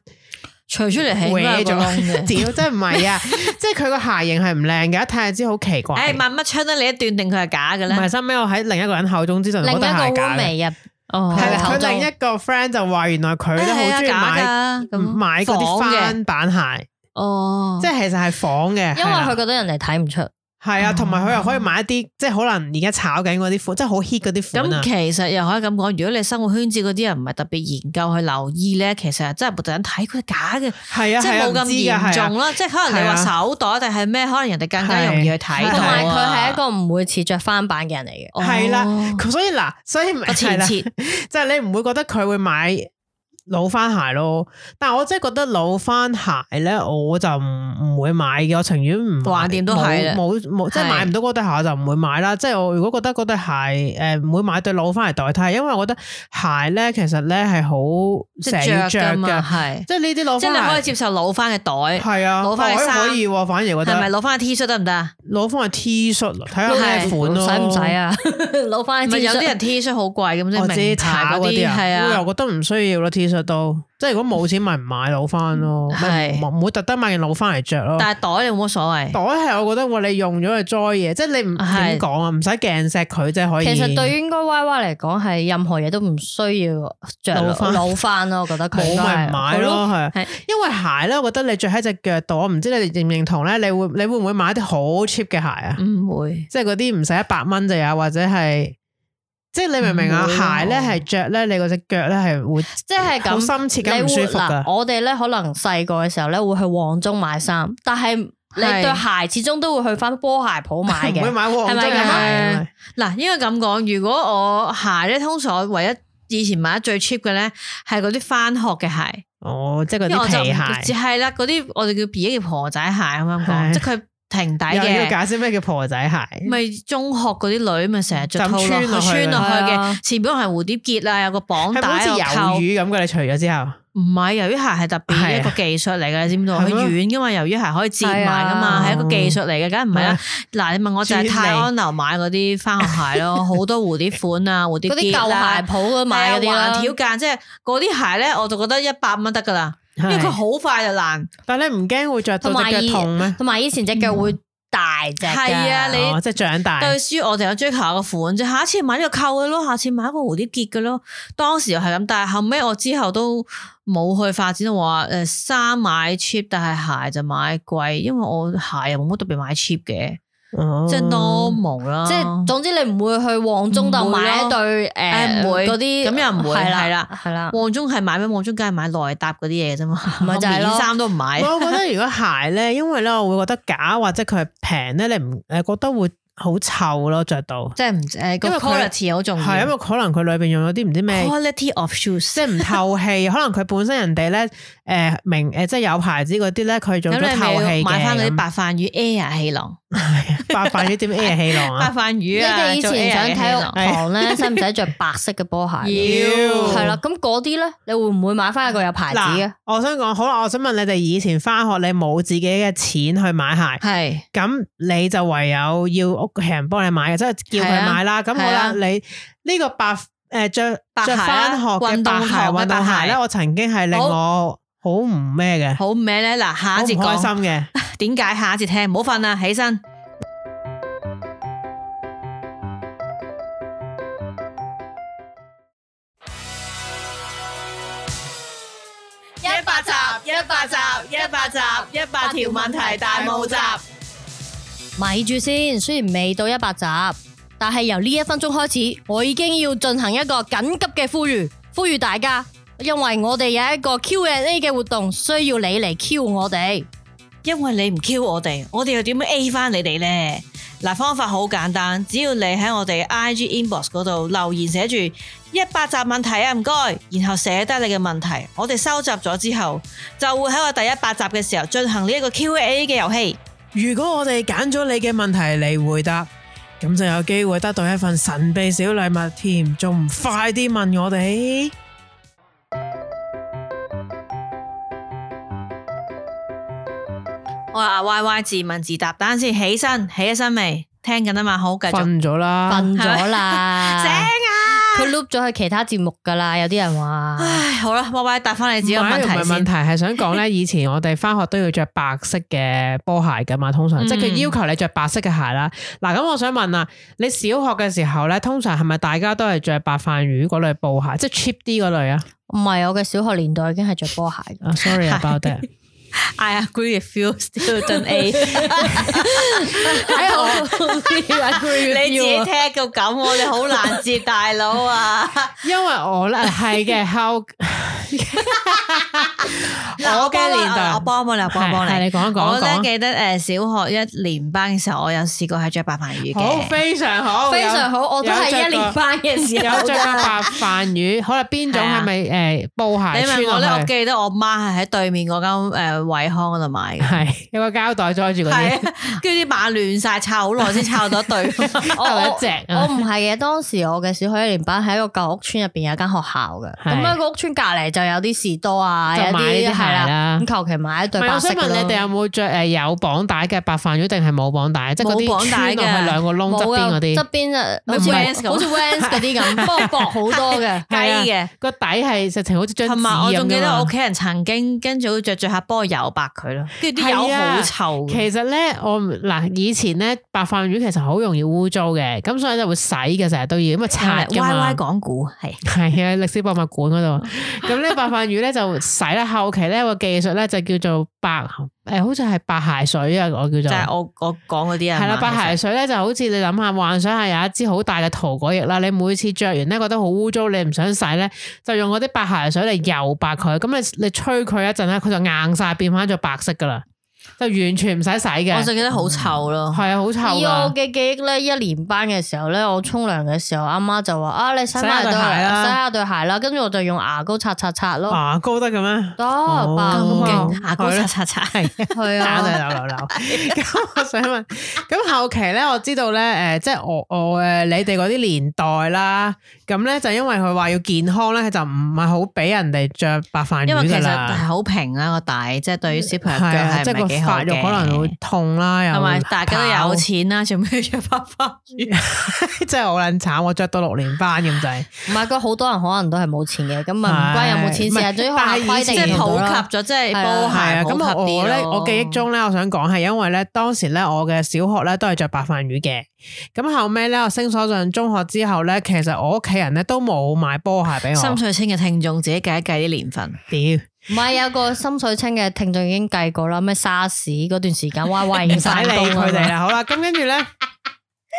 除出嚟係應該歪啊有個窿咗，嘅。屌真唔 <laughs> 係啊！即係佢個鞋型係唔靚嘅，一睇就知好奇怪。誒問乜春咧？你一斷定佢哎係假嘅唔係，咧？收尾我喺另一個人口中知道另一嗰個對鞋假 roommate 嘅。入哦佢係嘅啦口佢中另一個 friend 就話，原來佢誒咧係好啊中意買嗯假㗎咁買嗰啲仿嘅翻版鞋，哦，即係其實係仿 <laughs> 因嘅。為係啦佢覺得人哋睇唔出，係哦啊，同埋佢又可以買一啲，即係可能而家炒緊嗰啲款，即係好 hit 嗰啲款啊咁其實又可以咁講，如果你生活圈子嗰啲人唔係特別研究去留意咧，其實真係冇特登睇佢係假嘅，係啊，即係係啊冇咁唔知㗎嚴係啊重咯。即係可能你話係手袋定係咩，可能人哋更加容易去睇係到同啊埋佢係一個唔會似着翻版嘅人嚟嘅。哦係啦佢所以嗱，所以個係前啦，設即係你唔會覺得佢會買老番鞋咯。但係我真係覺得老番鞋咧，我就唔唔會買嘅，我情願唔買橫掂都係啦冇冇冇即係係買唔到嗰對鞋我就唔會買啦。即係我如果覺得嗰對鞋誒唔會買對老番嚟代替，因為我覺得鞋咧其實咧係好即成係着日着㗎嘛，嘅，係即係呢啲老即係你可以番鞋接受攞翻嘅袋，係啊，攞返嘅可以衫可以喎，反而覺係咪得攞翻嘅 T 恤得唔得啊？攞翻個 T 恤睇下咩款咯，使唔使？啊？ <laughs> 攞翻唔係有啲人 T 恤好貴咁，即係我自己名牌炒嗰啲啲啊，係我啊又。覺得唔需要咯，T 恤都，即係如果冇錢咪唔買老翻咯，咪嗯係唔唔會特登買件老翻嚟着咯。但係袋你冇乜所謂哦袋。係我覺得哇，你用咗去災嘢，即係你唔係點講啊，唔使鏡錫佢即係可以。其實對於應該 Y Y 嚟講，係任何嘢都唔需要老着返老翻咯。我覺得佢冇應該咪係唔買咯，。係啊係因為鞋咧，我覺得你着喺只腳度，我唔知你哋認唔認同咧，你會你會唔會買啲好 cheap 嘅鞋啊？唔會。即係嗰啲唔使一百蚊就有，或者係即係你明唔明啊？唔會咯鞋咧係着咧，你嗰只腳咧 <laughs> 係會即係好咁，深切你咁唔舒會服噶嗱，。我哋咧可能細個嘅時候咧會去旺中買衫，但係你對鞋始終都會去翻波鞋鋪買唔會嘅。買黃係金咪啊嘅鞋咁係咪。嗱，應該咁講，如果我鞋咧，通常我唯一以前買得最 cheap 嘅咧，係嗰啲翻學嘅鞋，哦，即係嗰因為啲我就皮只鞋。係啦，嗰啲我哋叫畢業婆仔鞋咁樣係講，即係佢平底又要嘅，解釋咩叫婆仔鞋？咪中學嗰啲女咪成日着就套穿落落去去穿落去係啊嘅，前邊係蝴蝶結啊，有個綁係咪好帶似有個扣魷。魚咁嘅？你除咗之後，唔係，魷魚鞋係特係啊別一個技術嚟嘅，你知唔知道？佢係咩軟噶嘛，啊魷魚鞋可以折埋噶嘛，係啊係一個技術嚟嘅，梗係唔係啊啦。嗱，你問我就係泰安樓買嗰啲翻學鞋 <laughs> 咯，好多蝴蝶款啊，蝴蝶嗰啲結舊啦鞋鋪嗰買嗰啲係啦啊，橫條間，即係嗰啲鞋咧，我就覺得一百蚊得噶啦，因為佢係好快就爛。但係你唔驚會着到隻腳痛咩？同埋以前隻腳會大隻㗎。係啊你哦，即係長大。對於我哋有追求個款啫，下一次買呢個扣嘅咯，下次買一個蝴蝶結嘅咯。當時又係咁，但係後尾我之後都冇去發展話誒衫買 cheap，但係鞋就買貴，因為我鞋又冇乜特別買 cheap 嘅，哦即係 normal 啦。即係總之你唔會去旺中度買一對誒誒唔會嗰啲咁又唔會係係啦啦係啦。旺中係買咩？旺中梗係買內搭嗰啲嘢啫嘛，咪就係咯我棉衫都唔買。我覺得如果鞋咧，因為咧我會覺得假或者佢係平咧，你唔誒覺得會好臭咯，着到即係唔誒個因為佢 quality 好重要。係因為可能佢裏邊用咗啲唔知咩。 quality of shoes，即係唔透氣，可能佢本身人哋咧，誒明誒，即係有牌子嗰啲咧，佢做咁咗你透咪氣嘅。要買翻嗰啲咁白飯魚 Air 氣囊，白飯魚點 air 氣囊白啊？飯你魚啊，哋以前上體做 Air 嘅育氣囊堂咧， <laughs> 使唔使着白色嘅波鞋？妖係啦，咁嗰啲咧，你會唔會買翻一個有牌子嘅啊嗱？，我想講好啦，我想問你哋以前翻學你冇自己嘅錢去買鞋，係咁你就唯有要屋企人幫你買嘅，即係叫佢買啦。咁好啦，係啊你呢個白誒着白鞋着啊翻學嘅運動白鞋堂嘅運動鞋白咧，鞋我曾經係令好我好唔咩嘅，好好咩咧？嗱，下唔一節開心講 <laughs> 嘅。點解下一節聽，唔好瞓啦，啊起身。一百集，一百集，一百集，一百條問題大募集。咪住先，雖然未到一百集，但係由呢一分鐘開始，我已經要進行一個緊急嘅呼籲，呼籲大家，因為我哋有一個 Q&A 嘅活動，需要你嚟 Q 我哋。因為你唔 Q 我哋，我哋又點樣 A 翻你哋咧？嗱，方法好簡單，只要你喺我哋 IG inbox 嗰度留言寫住一百集問題啊，唔該，然後寫低你嘅問題，我哋收集咗之後，就會喺我第一百集嘅時候進行呢一個 Q&A 嘅遊戲。如果我哋揀咗你嘅問題嚟回答，咁就有機會得到一份神秘小禮物添，仲唔快啲問我哋？我係阿 Y Y 自問自答，等陣先起身，起咗身未？聽緊啊嘛，好繼續。瞓咗啊啦，瞓咗啦，醒啊！佢 loop 咗去其他節目噶啦，有啲人話唉，好啦，Y Y 答翻你自己個問唔係題問先題，。係想 <laughs> 講咧，以前我哋翻學都要着白色嘅波鞋噶嘛，通常、即係佢要求你着白色嘅鞋啦。嗱，咁我想問啊，你小學嘅時候咧，通常係咪大家都係着白飯魚嗰類布鞋，即係 cheap 啲嗰類啊？ <laughs> 唔係我嘅小學年代已經係着波鞋㗎， <laughs> 啊，sorry about that。 I agree with you, student <laughs> A。你自啊己聽到咁，我哋好難接大佬啊！因為我 <laughs> 咧係嘅，後 <laughs> 我嘅年代，我幫幫你，我幫幫係係你。你講一講我咧講記得誒，小學一年班嘅時候，我有試過係着白飯魚好，嘅。非常好，非常好，我都係一年班嘅時有候着過有 <laughs> 着㗎過白飯魚，好啦，邊種係咪誒布鞋你穿問我咧，落我去？記得我媽係喺對面嗰間誒惠康嗰度買 <laughs> 嘅。係有個膠袋載住嗰係 <laughs> 啲，啊，跟住啲馬亂晒，抄好耐先抄到一 <laughs> 對。我得一我隻 <laughs> 我啊。唔係嘅，當時我嘅小學一年班喺一個舊屋村入邊有間學校嘅，係咁喺個屋村隔離就有啲士多啊，有就買呢啲啲鞋係啦咁求其買一唔對係，白我色想嘅問咯你哋有冇着誒有綁帶嘅白飯魚，定係冇綁帶？即係嗰冇啲綁帶穿嘅落去兩個窿側冇邊嗰嘅，側啲，邊啊，咪好似 Vans 咁。好似 Vans 嗰啲 <laughs> 咁，不過薄好多嘅雞嘅。個底係實情好似張紙同埋我咁仲記㗎得嘛我屋企人曾經跟住着着下幫我油白佢咯，跟住啲係油啊好臭嘅。其實咧，我唔嗱以前咧，白飯魚其實好容易污糟嘅，咁所以就會洗嘅，成日都要咁啊擦噶 Y Y 嘛。講古係 <laughs> 係啊，歷史博物館 <laughs> 嗰度，咁咧白飯魚咧就洗啦。後期咧個技術咧就叫做白誒，好似係白鞋水啊，我叫就做係我我講嗰啲啊，係啦。係嘛白鞋水咧就好似你諗下，幻想下有一支好大嘅塗改液啦，你每次着完咧覺得好污糟，你唔想洗咧，就用嗰啲白鞋水嚟油白佢。咁你你吹佢一陣咧，佢就硬晒變翻咗白色噶啦，就完全唔使其洗實嘅我。哎就記得好臭咯。係啊，好臭以我噶。嘅記憶咧，一年班嘅時候咧，我沖涼嘅時候，阿媽就話：啊，你洗埋對洗下對鞋啦啊洗下對鞋啦。跟住我就用牙膏擦擦擦咯，牙膏得嘅咩？得爆咁啊勁勁牙膏擦擦擦， <laughs> 係打就啊，流流流。咁我想問，咁後期咧，我知道咧，誒、即係我我誒、你哋嗰啲年代啦，咁咧就因為佢話要健康咧，就唔係好俾人哋着白飯因為魚其噶實啦係，好平啦個底，即係對於小朋友腳係啊，係即唔係個係幾好發育嘅。可能會痛啦，又同埋大家都有跑， <laughs> 錢啊啦，做咩着白花魚？真係好撚慘，我着到六年班咁滯。唔係佢好多人可能都係冇錢嘅，咁咪唔關有冇錢事啊，係總之可能規即定係唔普到啦及咗，即 <laughs> 係係啊波係啊，鞋普及咁我我啲咧，咯我記憶中咧，我想講係因為咧，當時咧我嘅小學咧都係着白飯魚嘅，咁後尾咧我升咗上中學之後咧，其實我屋企人咧都冇買波鞋俾我，深水清嘅聽眾自己計一計啲年份。屌唔係有個深水清嘅聽眾已經計過啦，咩沙士嗰段時間，Y Y 唔唔使使啊理佢哋啦，啊啦，好啦，咁跟住 <laughs> 咧，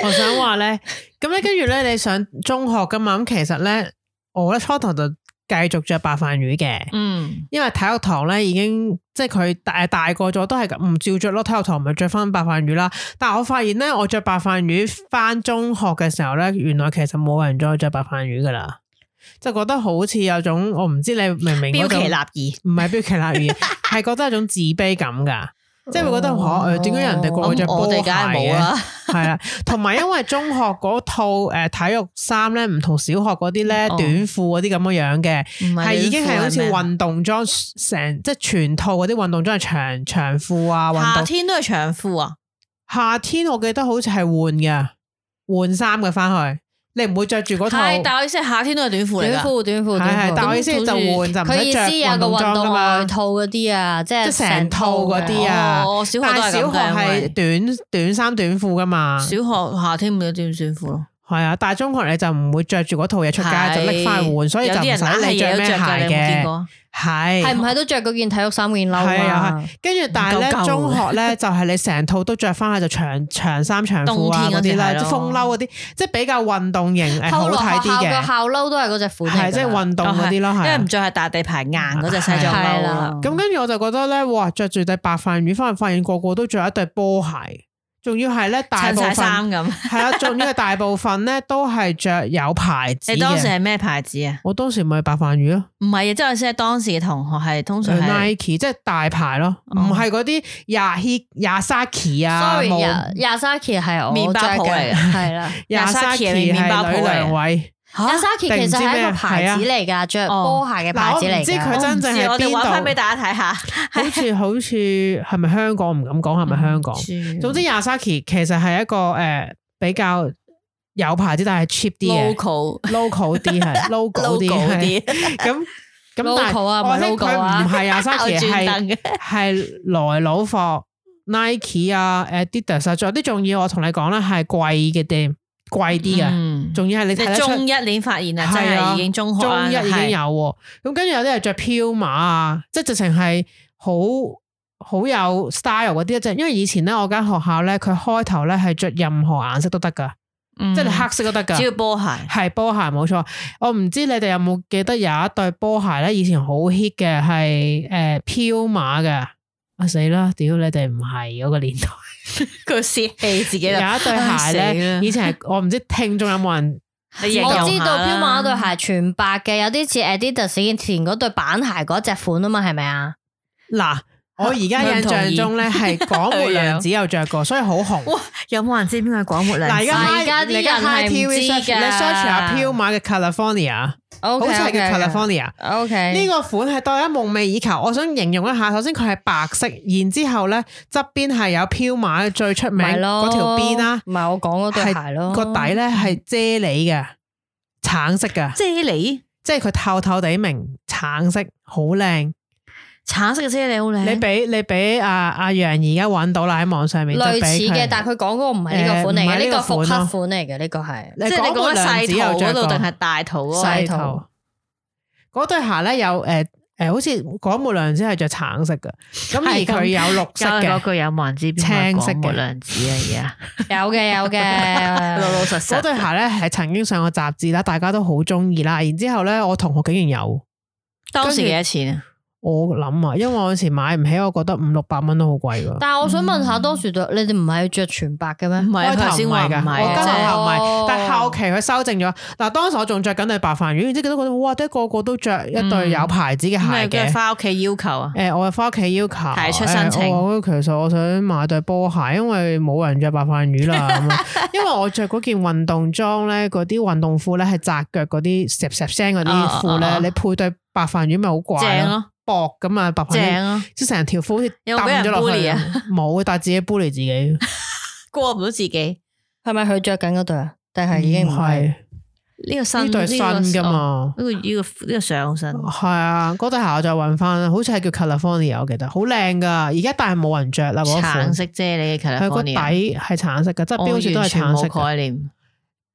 我想話咧，咁咧跟住咧你上中學噶嘛，咁其實咧我咧初頭就繼續着白飯魚嘅。嗯，因為體育堂咧已經即係佢大大個咗，都係咁唔照着咯。體育堂咪着翻白飯魚啦。但係我發現咧，我着白飯魚翻中學嘅時候咧，原來其實冇人再着白飯魚噶啦，就覺得好似有種我唔知你明唔明標嗰種奇立異。唔係標奇 <laughs> 立異，係覺得有種自卑感噶，即係會覺得哦嚇誒點解人哋個個着咁我波鞋哋梗係冇啦嘅？。係啦，同埋因為中學嗰套誒體育衫咧，唔同小學嗰啲咧哦短褲嗰啲咁樣樣嘅。唔係係已經係好似你啲褲咩運動裝成，即係全套嗰啲運動裝係長長褲啊，運夏動天都係長褲啊，夏天我記得好似係換嘅，換衫嘅翻去，你唔會着住嗰套。係，但係我意思係夏天都係短褲短嚟㗎。褲短褲係係短褲，但我意思係就換就唔佢使意着思有個運動運裝㗎動嘛外套嗰啲啊，即係即係成套嗰啲啊哦，小學但都係係小咁學嘅因為係短短衫短褲噶嘛，小學夏天咪有短短褲咯，係啊，但係中學你就唔會着住嗰套嘢出係街，就拎翻去換，所以就有唔啲人使你懶係嘢着都咩鞋㗎你有冇見嘅，過係係唔係都着嗰件體育衫嗰件褸係啊啊？係，跟住但係咧唔夠鳩中學咧就係你成套都着翻去就長長衫長褲啊嗰冬啲天嗰啲啦，係咯即係風褸嗰啲，即係比較運動型誒好後來睇學校啲嘅嘅，校褸都係嗰隻款嚟㗎啦，係即係運動嗰啲咯，哦因係為啊唔。再係大地牌硬嗰隻西裝褸啦係啦。。咁跟住我就覺得咧，哇！着住對白飯魚翻去，發現個個都着一對波鞋，仲要係咧大襯部晒分衫咁。係啦，仲要係大部分咧都係着有牌子你當時嘅。係咩牌子啊？我當時咪白飯魚咯。唔係啊，即係我先係當時嘅同學係通常係 Nike 即係大牌咯，哦唔係嗰啲 Yahi、Yasaki 啊 Sorry，冇呀 Yasaki 係我麵包鋪着嚟嘅，嘅係 <laughs> 啦。 Yasaki 係係麵包鋪嚟女 <laughs> 梁偉。嚇 Yasaki 啊定唔其實知係一咩啊個牌子嚟㗎，着哦波鞋嘅嗱，牌我子嚟唔知㗎。佢真正我唔係知我哋揾翻邊俾度，大家睇下。好似好似係咪香港唔敢講，係嗯咪香港？總之 Yasaki 其實係一個诶比較有牌子，但係 cheap 啲嘅 local local <laughs> 啲係 logo 啲 local 係啲咁咁，但 Local 啊唔係係我聽 logo 佢啊唔 <laughs> 係轉 Yasaki 係燈。嘅。係來佬貨 Nike 啊、Adidas 啊，仲有啲仲要我同你講啦，係貴嘅店，貴啲嘅，嗯仲要係你睇你得出中一年發現啊，真係啊係已經中學啊中一已經有係喎。咁跟住有啲係着彪馬啊，即係直情係好好有 style 嗰啲，即係因為以前咧我間學校咧，佢開頭咧係着任何顏色都得㗎，嗯即係你黑色都得只㗎。要波鞋。係波鞋冇錯，我唔知你哋有冇記得有一對波鞋咧，以前好 hit 嘅係誒彪馬嘅，啊死啦！屌你哋唔係嗰個年代，佢泄氣自己有啦。一對唉鞋咧，死啦以前係我唔知聽眾有冇人你形容下啦我知道彪馬嗰對鞋全白嘅，有啲似 Adidas 以前嗰對板鞋嗰只款啊嘛，係咪啊？嗱，我而家印象中咧 <laughs> 係廣末啊涼子有着過，所以好紅。哇！有冇人知邊個係廣末涼嗱，而子？家而家啲而家人係 high 唔 TV 知 search，㗎你 search 下彪馬嘅 California，好好似係叫 California。 O K，呢個款係大家夢寐以求，我想形容一下。首先佢係白色，然之後咧側邊係有彪馬最出名咪咯嗰條邊啦，唔係我講嗰對鞋咯，個底咧係啫喱嘅，橙色嘅，啫喱，即係佢透透地明橙色，好靚。橙色嘅啫喱好靚。你俾你俾阿阿楊而家揾到啦喺網上面，就類俾似佢嘅，但係佢講嗰個唔係呢個款嚟誒唔係嘅，呢呢個個復刻款咯款嚟嘅，呢個係你即係你講講嗰緊兩細隻有圖着嗰過度定係大圖嗰個？細細圖圖。嗰對鞋咧有誒誒，好似廣末涼子係着橙色嘅，咁而係咁佢有綠色交嗰嘅，句有冇人知邊個係青色嘅廣末涼子啊？有嘅有而家老 <laughs> 嘅。老實嗰實。對鞋咧係曾經上過雜誌啦，大家都好中意啦。然之後咧，我同學竟然有，當時幾多錢啊？我諗啊，因為我嗰時買唔起，我覺得五六百蚊都好貴㗎。但係我想問下，當時對你哋唔係着全白嘅咩？唔係開頭頭先唔話係唔㗎，係我跟真學係校唔哦係，但係後期佢修正咗。嗱，當時我仲着緊對白飯魚，然之後覺得哇，啲個個都着一對有牌子嘅鞋嗯咩？佢嘅。翻屋企要求啊？誒、我又翻屋企要求提出申請誒我話其實我想買對波鞋，因為冇人着白飯魚啦。 <laughs> 咁啊因為我着嗰件運動裝咧，嗰啲運動褲咧係窄腳嗰啲石石聲嗰啲褲啊啊咧，啊你配對白飯魚咪好怪正咯，咯，薄咁嘛白飯魚，正咯，即係成條褲好似有冇俾人抌咗落去 bully 啊咁。冇，但係自己 bully 自己，過唔到自己。係咪佢着緊嗰對啊？定係已經唔係？呢個新呢對新㗎？嘛。呢個呢個呢個上身。係啊，嗰對鞋我再揾翻啦，好似係叫 California，我記得好靚噶，而家但係冇人着啦嗰款橙，色啫喱嘅佢個 California，底係橙色嘅，即啊係我標完誌都係全橙色冇嘅。概念。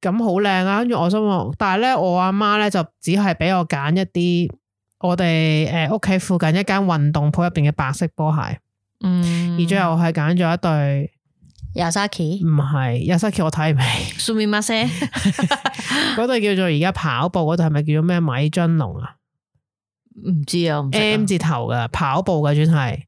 咁好靚啊！跟住我心話，但係咧，我阿媽咧就只係俾我揀一啲我哋誒屋企附近一間運動鋪入邊嘅白色波鞋，嗯，而最後係揀咗一對 Yasaki 唔係 y a s 我睇唔起 Sumi m a s e <laughs> 嗰對叫做而家跑步嗰對係咪叫做咩米津龍啊唔知啊，我唔識啊？M 字頭嘅跑步嘅專係，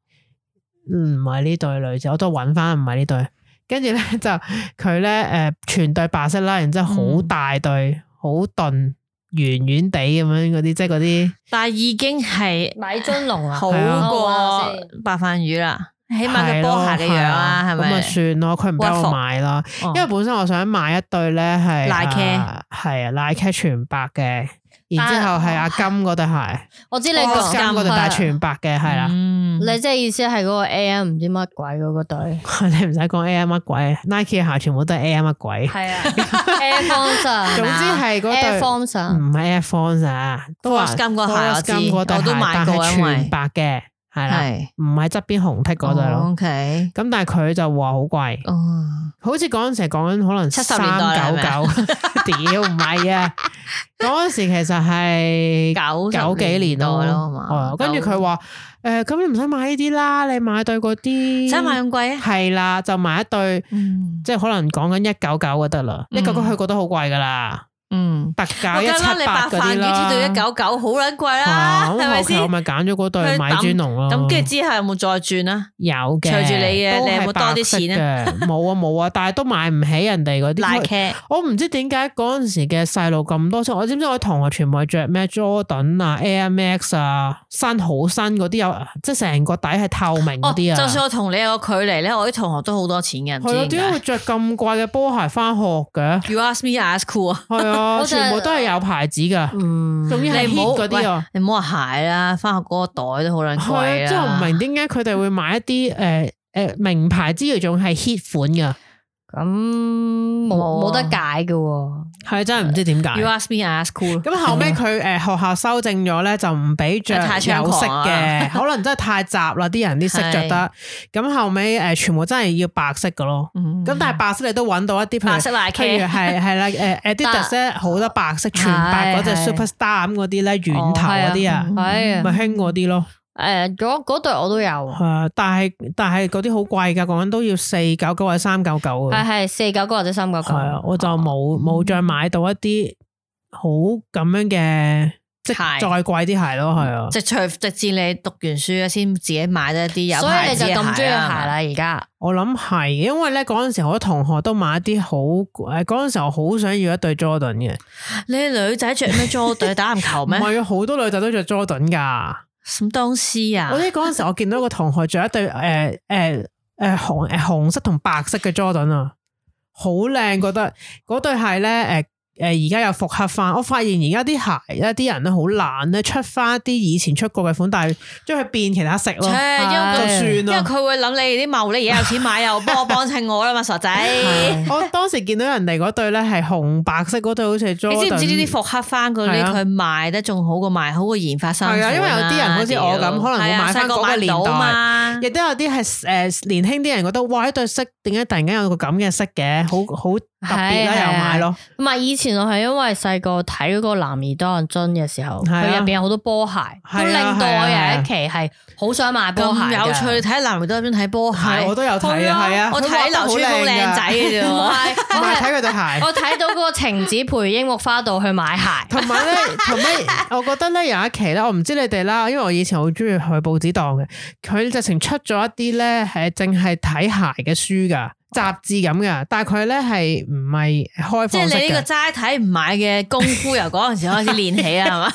嗯唔係呢對女仔，我都揾翻唔係呢 <laughs> 對。跟住咧就佢咧誒全對白色啦，然之後好嗯大對，好鈍圓圓地咁樣嗰啲，即係嗰啲。但係已經係米津龍啊，好我過諗下白飯魚啦，起碼佢波鞋嘅樣啦，係啊係咯咁咪啊？算咯，佢唔俾屈服我買啦，哦因為本身我想買一對咧係拉茄啊係啊拉茄全白嘅，然之後係哦阿金嗰對鞋，先我知你阿講啊金嗰對但係全白嘅係啦，啊嗯你即係意思係嗰個 A M 唔知乜鬼嗰個隊， <laughs> 你唔使講 A M 乜鬼，Nike 嘅鞋全部都係 A M 乜鬼，係啊，Air Force 啊嗯 <laughs> 總之係嗰 Air 對 Force 啊唔係 Air Force 啊，都話 Force 金嗰鞋 Force 我知金嗰對我都鞋買但過係因為全白嘅係啦，係唔係側邊紅剔嗰對哦咯， ，OK，咁但係佢就話好貴。哦，好似嗰陣時係講緊可能70年代係咪啊三九九， <laughs> 屌唔係啊！嗰陣時其實係九九幾年咯，咯嘛，哦跟住佢話誒，咁你唔使買呢啲啦，你買對嗰啲，使買咁貴啊？係啦，就買一對，嗯即係可能講緊一九九就得啦，一嗯九九佢覺得好貴噶啦，嗯，特價一梗啦，七你八白嗰啲飯魚啦。鐵到一九九，好撚貴啦，啊係咁咪後期我先？咪揀咗嗰對佢米抌豬龍咯。咁跟住之後有冇再轉啊？有嘅，隨住你嘅都你有係冇多啲白色錢嘅？冇啊冇啊，但係都買唔起人哋嗰奶啲。茄我唔知點解嗰陣時嘅細路咁多，我知唔知我啲同學全部係着咩 Jordan 啊、Air Max 啊，新好新嗰啲有，啊即係成個底係透明哦，嗰啲啊。就算我同你有個距離咧，我啲同學都好多錢嘅，唔係啊，知點解點 <laughs> 會解。着咁貴嘅波鞋翻學嘅？ You ask me, I ask who 啊？係 <laughs> 啊，我就係全部都係有牌子噶。嗯仲要係你唔好 hit 嗰啲啊喂你唔好話鞋啦，翻學嗰個袋都好撚貴係啦。啊，即係我唔明點解佢哋會買一啲誒誒名牌之餘，仲係 hit 款噶。咁冇冇冇啊得解嘅喎。係真係唔知點 <laughs> 解 You ask me, I ask 嗯 who 咁後尾佢誒學校修正咗咧，就唔俾着呃太猖有色狂啊嘅， <laughs> 可能真係太雜啦，啲人啲色着得。咁後尾誒全部真係要白色嘅咯。嗯咁但係白色你都揾到一啲，譬如白色奶譬如茄，係 <laughs> 係啦，誒 Adidas 咧好多白色全白嗰只係係 Superstar 咁嗰啲咧，軟頭嗰啲哦啊，係啊咪興嗰啲咯。诶，嗰嗰對我都有，係啊，但係但係嗰啲好貴㗎，講緊都要四九九或者三九九啊。係系四九九或者三九九。係哦啊，我就冇冇嗯再買到一啲好咁樣嘅，即係鞋嗯再貴啲鞋咯，係啊。直除直至你讀完書啊先自己買得一啲有所以牌你子就嘅咁中意鞋鞋啦啊啦，。而家我諗係，因為咧嗰阵时好多同學都買一啲好诶，嗰阵时我好想要一對 Jordan 嘅，你女仔着 <laughs> 咩 Jordan 打籃球唔哦咩？係啊，好多女仔都着 Jordan 噶。什當師啊我？咧嗰阵时我見到一個同學着一對呃诶诶诶红诶红呃色同白色嘅 Jordan 啊，好靚，覺得嗰對鞋咧诶。诶，而家又復刻翻，我發現而家啲鞋咧，啲人咧好懶咧，出翻一啲以前出過嘅款，但係將佢變其他色咯，切因就為算因為啦。佢會諗你啲茂利而家有錢買，又幫我 <laughs> 幫襯我啦嘛，傻仔。我當時見到人哋嗰對咧係紅白色嗰對，好似係 Jordan。你知唔知呢啲復刻翻嗰係啲啊佢賣得仲好過賣好過研發生係款啦？啊因為有啲人好似我咁屌可能會係啊買返細個嗰個買唔年代到嘛。亦都有啲係誒年輕啲人覺得，哇！呢對色點解突然間有個咁嘅色嘅，好好特別啦，係又買咯。唔係以前我係因為細個睇嗰個男兒當入樽嘅時候，係啊佢入邊有好多波鞋，都係啊令到我係啊有一期係好想買波鞋咁㗎有趣，你睇南美多邊睇波鞋，係我都有睇啊係啊我佢畫睇得劉好川峰靚靚㗎仔嘅啫唔喎。係唔係 <laughs> 睇我佢對係鞋，我睇到嗰個晴子陪櫻木花道去買鞋，同埋咧， <laughs> 同埋我覺得咧有一期咧，我唔知你哋啦，因為我以前好中意去報紙檔嘅，佢直情出咗一啲咧係淨係睇鞋嘅書㗎。雜誌咁㗎。但係佢咧係唔係開即係放式你呢個嘅？齋睇唔買嘅功夫，由嗰陣時開始練起啊，係嘛？ <laughs>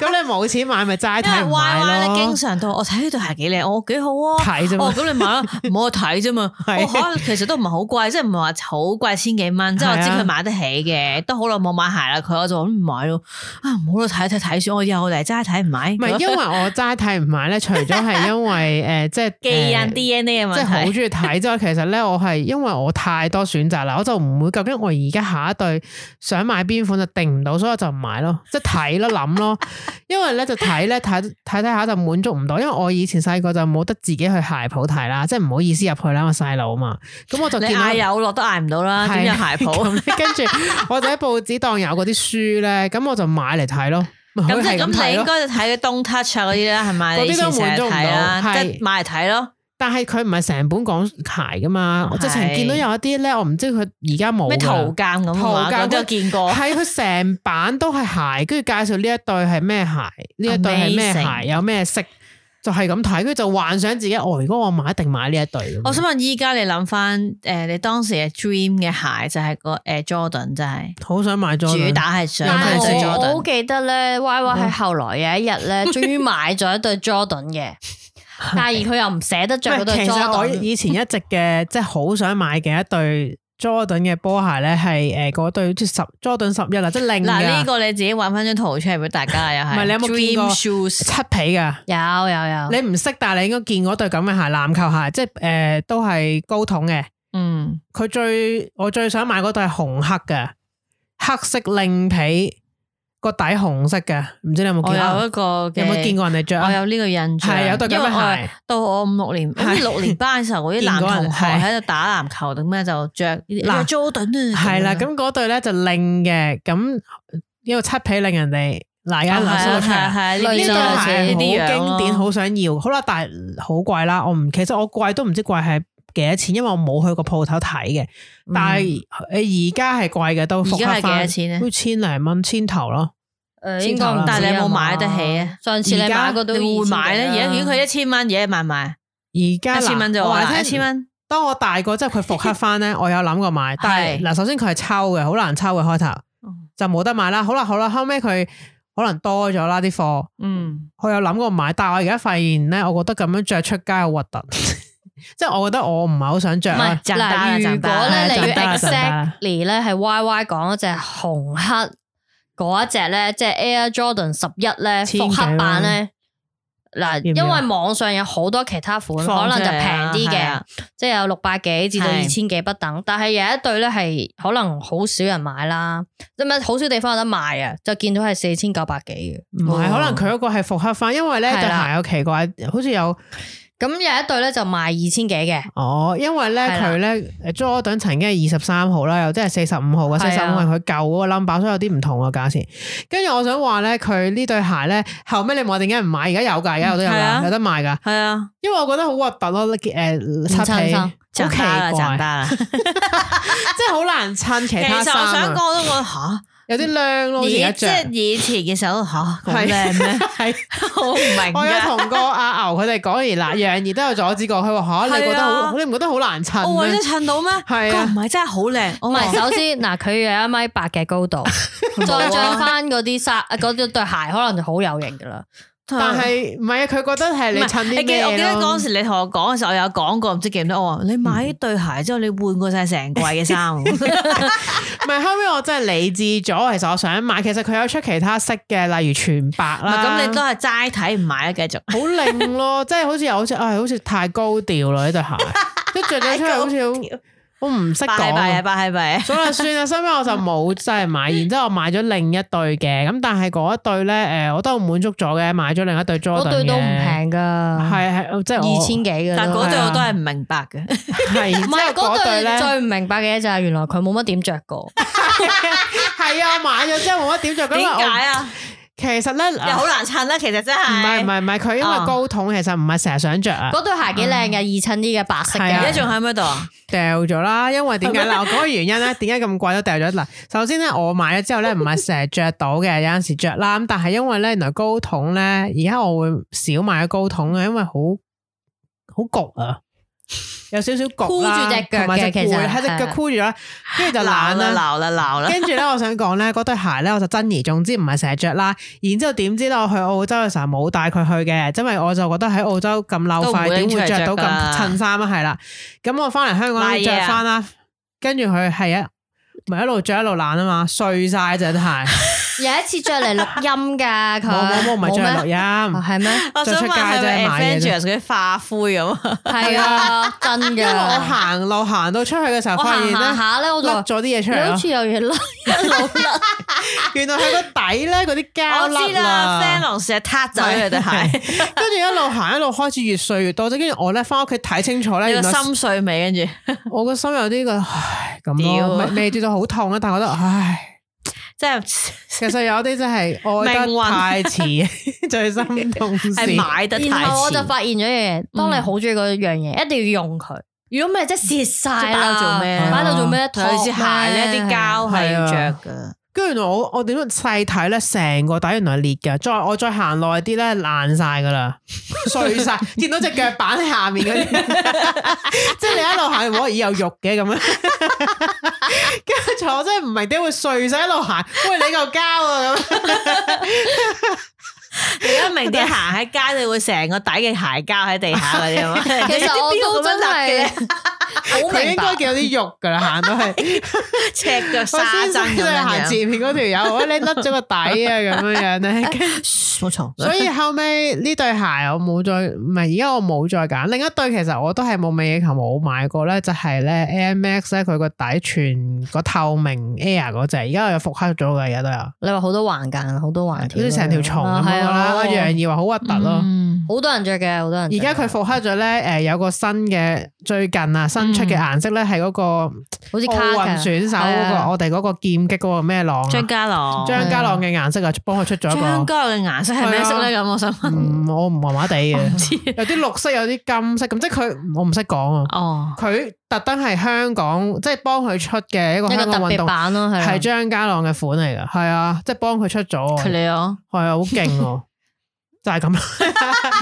咁你冇錢買咪 <laughs> 齋因為睇唔 Y Y 買咧，經咯，常到我睇呢對鞋幾靚，我幾好啊。睇啫哦嘛，。咁你 <laughs> 買啦，唔好我睇啫嘛。係我可能其實都唔係好貴，即係唔係話好貴千幾蚊，即係我係啊知佢買得起嘅，都好耐冇買鞋啦。佢我就話唔買咯，啊唔好啦，睇睇睇書，我又嚟齋睇唔買。唔係因 <laughs> 為我齋睇唔買咧，除咗係因為誒、呃 <laughs> 即係基呃因 DNA 嘅即係好問題，中意睇之外，其實咧我係因為我太多選擇啦，我就唔會究竟我而家下一對想買邊款就定唔到，所以我就唔買咯，即係睇咯諗咯，因為咧就睇咧睇睇睇下就滿足唔到，因為我以前細個就冇得自己去鞋鋪睇啦，即係唔好意思入去啦，我細佬嘛，咁我就你見到嗌。啊有落都嗌唔到啦，點有係鞋鋪？ <laughs> 跟住我就喺報紙檔有嗰啲書咧，咁我就買嚟睇咯。咁即係係咁，睇你咯應該就睇佢 Don't Touch 啊嗰啲啦，係咪？嗰啲你以前都滿成日足唔到睇啦，即係係買嚟睇咯。但係佢唔係成本講鞋噶嘛，我直情係見到有一啲咧，我唔知佢而家冇咩㗎圖鑑咁啊？圖鑑我都有見過。係佢成版都係鞋，跟住介紹呢一對係咩鞋，呢一對係咩 Amazing 鞋，有咩色，就係咁睇，跟住就幻想自己，哦，如果我買，一定買呢一對。我想問依家你諗翻誒，你當時嘅 dream 嘅鞋就係個誒 Jordan，真係好想買咗，主打係想但買係對我我好 Jordan。記得咧，Y Y 喺後來有一日咧，終於買咗一對 Jordan 嘅，但係而佢又唔捨得着嗰唔係對其實我 Jordan。以前一直嘅即係好想買嘅一對 Jordan 嘅波鞋咧，係誒嗰對即係十 Jordan 十一啊啦，即係令嗱，呢㗎，個你自己揾翻張圖出嚟俾大家又係。唔係你有冇見過 dream shoes？七皮㗎。有有有，你唔識，但係你應該見嗰對咁嘅鞋，籃球鞋，即係诶、呃都係高筒嘅。嗯，佢最我最想買嗰對係紅黑嘅，黑色令皮，個底紅色嘅，唔知你有冇我見有啊？一個有嘅冇見過人哋着我啊？有呢個印象，係有對咁因為嘅我鞋，到我五六年，好似六年班嘅時候，我啲男同學見過人喺度打籃球定咩就着呢啲嗱有 Jordan 啊，係啦。樣咁嗰對咧就令嘅，咁呢個七皮令人哋嗱，有啊人係攞啊出係嚟啊。係啊呢類呢似對啲鞋類似好呢啲樣經典，咯好想要。好啦，但係好貴啦。我唔，其實我貴都唔知貴係幾多錢，因為我冇去過鋪頭睇嘅。但係誒而家係貴嘅，都嗯而家係幾多翻錢啊咧？都千零蚊千頭咯。诶，千应该頭啦但但系係你有冇買買得起啊？啊上次你買個都而家你會買咧？ 2000而家如果啦佢一千蚊，而家買唔買？而家一千蚊就我話話你一聽千。蚊，當我大個之後，佢復刻翻咧，我有諗 <laughs> 過買，但係係嗱，首先佢係抽嘅，好難抽嘅開頭嗯，就冇得買啦。好啦好啦，後尾佢可能多咗啦啲貨，嗯，我有諗過買，但係我而家發現咧，我覺得咁樣着出街好核突， <laughs> 即係我覺得我唔係好想着啊唔係啦。賺單啦嗱，賺如啊單果啦咧你賺單要啦賺單啦 exactly 咧係 Y Y 講嗰只紅黑嗰一隻咧，即係 Air Jordan 十一咧千幾啦復刻版咧。嗱，要唔要因啊為網上有好多其他款，可放能就出嚟啊平啲係嘅啊，即係有六百幾至到二係千幾不等。但係有一對咧係可能好少人買啦，即係好少地方有得賣啊，就見到係四千九百幾唔係，可能佢嗰個係復刻翻，因為咧哦係對啦鞋有奇怪，好似有嘅。咁有一對咧就賣二千幾嘅，哦，因為咧係啦佢咧 Jordan 曾經係二十三號啦，又即係四十五號嘅，四係十五啊號佢舊嗰個 number，所以有啲唔同嘅價錢。跟住我想話咧，佢呢對鞋咧後尾你問我點解唔買，而家有㗎，而家有得有係㗎啊有得賣㗎，係啊，因為我覺得好核突咯，誒襯擦皮衫好奇賺單怪，啦，賺單啦。 <laughs> 即係好難襯其啊其他實衫我想啊講，我都覺得吓，有啲靚咯，好似而咦家即着係。以前嘅時候吓咁係靚咩？ <laughs> 係我唔明我有㗎。同個阿牛佢哋講完嗱，楊怡都有阻止過，佢話吓你覺得係好，啊你唔覺得好難襯我為咩咗？襯到咩？係佢啊話唔係真係好靚，我唔係，話首先嗱，佢有一米八嘅高度，再着翻嗰啲衫、啊嗰啲對鞋，可能就好有型噶啦。但係唔係啊？佢覺得係你唔係襯啲記咩我記得咯嗰陣時你同我講嘅時候，我有講過，唔知記唔記得我話你買一對鞋之後，你換過晒成季嘅衫。唔係後尾我真係理智咗，其實我想買，其實佢有出其他色嘅，例如全白唔係啦。咁你都係齋睇唔買啊，繼續。好靚 <laughs> 咯，即係好似哎好似唉，好似太高調啦呢對鞋，即係着咗出嚟好似好我唔識拜拜啊，講。拜拜啊！所以算啦，收尾我就冇真係買，然之後我買咗另一對嘅，咁但係嗰一對咧，誒我都滿足咗嘅，買咗另一對 Jordan 嗰對都唔嘅，平噶，係係即係我二千幾嘅。但嗰對對我都係啊係唔明白嘅，係，然唔之係後嗰嗰對對咧最唔明白嘅就係原來佢冇乜點着過，係啊，買咗之後冇乜點着，咁點啊解啊？我其實咧又好難襯啦，其實真唔係。係唔係唔係，佢因為啊哦高筒其實唔係成日想着啊，嗰對鞋幾靚嘅，易襯啲嘅白色係啊而家嘅。仲喺唔喺度啊？掉咗啦。因為點解嗱？我講個原 <laughs> 因咧，點解咁貴都掉咗嗱？首先咧，我買咗之後咧，唔係成日着到嘅，有陣時着啦。咁但係因為咧，原來高筒咧，而家我會少買高筒啊，因為好好焗啊。有少少焗啦箍住隻腳嘅同埋隻其實攰喺隻係腳箍住啦，跟住就鬧懶啦，啦。鬧啦，鬧啦！ <laughs> 跟住咧，我想講咧，嗰對鞋咧，我就珍而重之，唔係成日着啦。然之後點知咧，我去澳洲嘅時候冇帶佢去嘅，因為我就覺得喺澳洲咁都唔嬲快，會點拎出會嚟着到着㗎咁啦襯衫啊？係啦，咁我翻嚟香港買嘢着啊翻啦，跟住佢係一咪一路着一路懶啊嘛，碎晒隻 <laughs> 鞋，冇有一次着嚟錄音㗎，佢冇冇，唔係着嚟錄咩音哦。啊係咩？我想問係咪再出街啫 Avengers 嗰啲化灰咁啊？係啊， <laughs> 真㗎。因為我行路行到出去嘅時候，我發現行咧行下咧，我就甩話咗啲嘢出你嚟好咯似。有嘢甩。原來佢個底咧嗰啲我膠甩啊知啦 f a n o n 成日挞走佢對鞋，跟住一路行一路開始越碎越多，跟住我咧翻屋企睇清楚咧，你原個來心碎未？跟住。我個心有啲個唉咁屌咯，未未跌到好痛啊，但係覺得唉，即係其實有啲真係愛得命運太遲， <laughs> 最心痛事。係買得太然後我就遲。發現咗一樣嘢，當你好中意嗰樣嘢，一定要用佢。如果唔係，即係蝕晒即係擺啦。到做咩擺到做咩？托佢啲鞋咧，啲膠係要係着啊噶。跟住原來我我點樣細睇咧，成個底原來係裂嘅，再我再行耐啲咧爛晒噶 <laughs> 啦，碎晒，見到隻腳板喺下面嗰啲，即係你一路行，我咦有肉嘅咁樣，跟住我真係唔明點會碎晒一路行，喂你嚿膠啊咁。你而家明啲行喺街，你會成個底嘅鞋膠喺地下嗰啲啊嘛。其實 <laughs> 我都真係 <laughs> 好佢明應該白。見到啲肉噶啦，行到係赤腳我 <laughs> 沙僧先生咁都係行樣樣。前面嗰條友，喂你甩咗個底啊咁樣樣咧。跟冇錯，<laughs> 所以後尾呢對鞋我冇再，唔係而家我冇再揀。另一對其實我都係冇美野球冇買過咧，就係咧 Air Max 咧佢個底全個透明 Air 嗰只，而家我有復刻咗嘅，而家都有，啊你話好多橫間，好多橫好條，似成條蟲咁樣啦。係阿啊，楊怡話好核突咯，好多人着嘅，好多人着而嘅。家佢復刻咗咧，誒有個新嘅最近啊新出嘅顏色咧，係嗰個好似奧運卡嘅，選手嗰係啊個我哋嗰個劍擊嗰個咩朗啊，張家朗，張家朗嘅顏色啊，幫佢出咗一張個，家朗嘅顏色係咩色啊咧？咁我想問，嗯， <laughs> 我麻麻地我唔嘅，知有啲綠色，有啲金色，咁即係佢我唔識講啊，哦，佢特登係香港即係幫佢出嘅一個一個特香港運別動，版咯，係係咯。張家朗嘅款嚟㗎，係啊，即係幫佢出咗啊，佢係哋哦，啊，好勁喎，就係咁啦，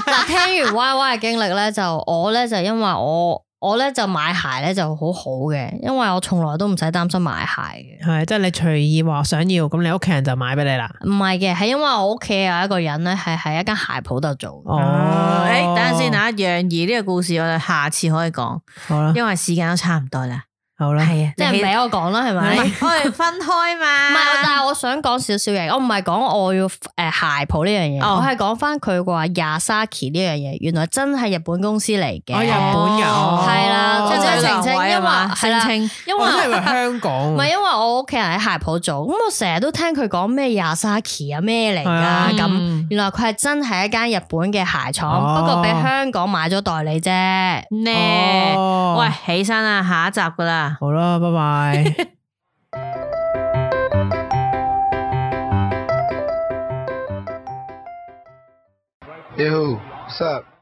嗱，聽完 Y Y 嘅經歷咧，就我咧就因為我我咧就買鞋咧就好好嘅，因為我從來都唔使擔心買鞋嘅。係即係你隨意話想要，咁你屋企人就買俾你啦。唔係嘅，係因為我屋企有一個人咧，係喺一間鞋鋪度做嘅。哦，诶，等陣先，啊，楊怡呢個故事我哋下次可以講，好啦，因為時間都差唔多啦，啊好啦，係啊，即係唔你俾我講啦，係咪？唔唔係，係我哋分開嘛，但係我想講少少嘢，我唔係講我要誒鞋鋪呢樣嘢，哦我係講翻佢話 Yasaki 呢樣嘢，原來真係日本公司嚟嘅。我日本㗎哦係啦即係係澄清因為係啦澄清，因為我哦真係以為香港唔係啊喎，因為我屋企人喺鞋鋪做，咁我成日都聽佢講咩 Yasaki 啊咩嚟係啊㗎咁。嗯原來佢係真係一間日本嘅鞋廠，哦不過俾香港買咗代理啫。呢。哦喂，，起身啦，下一集噶啦。好啦，拜拜。 Hey, who? What's up?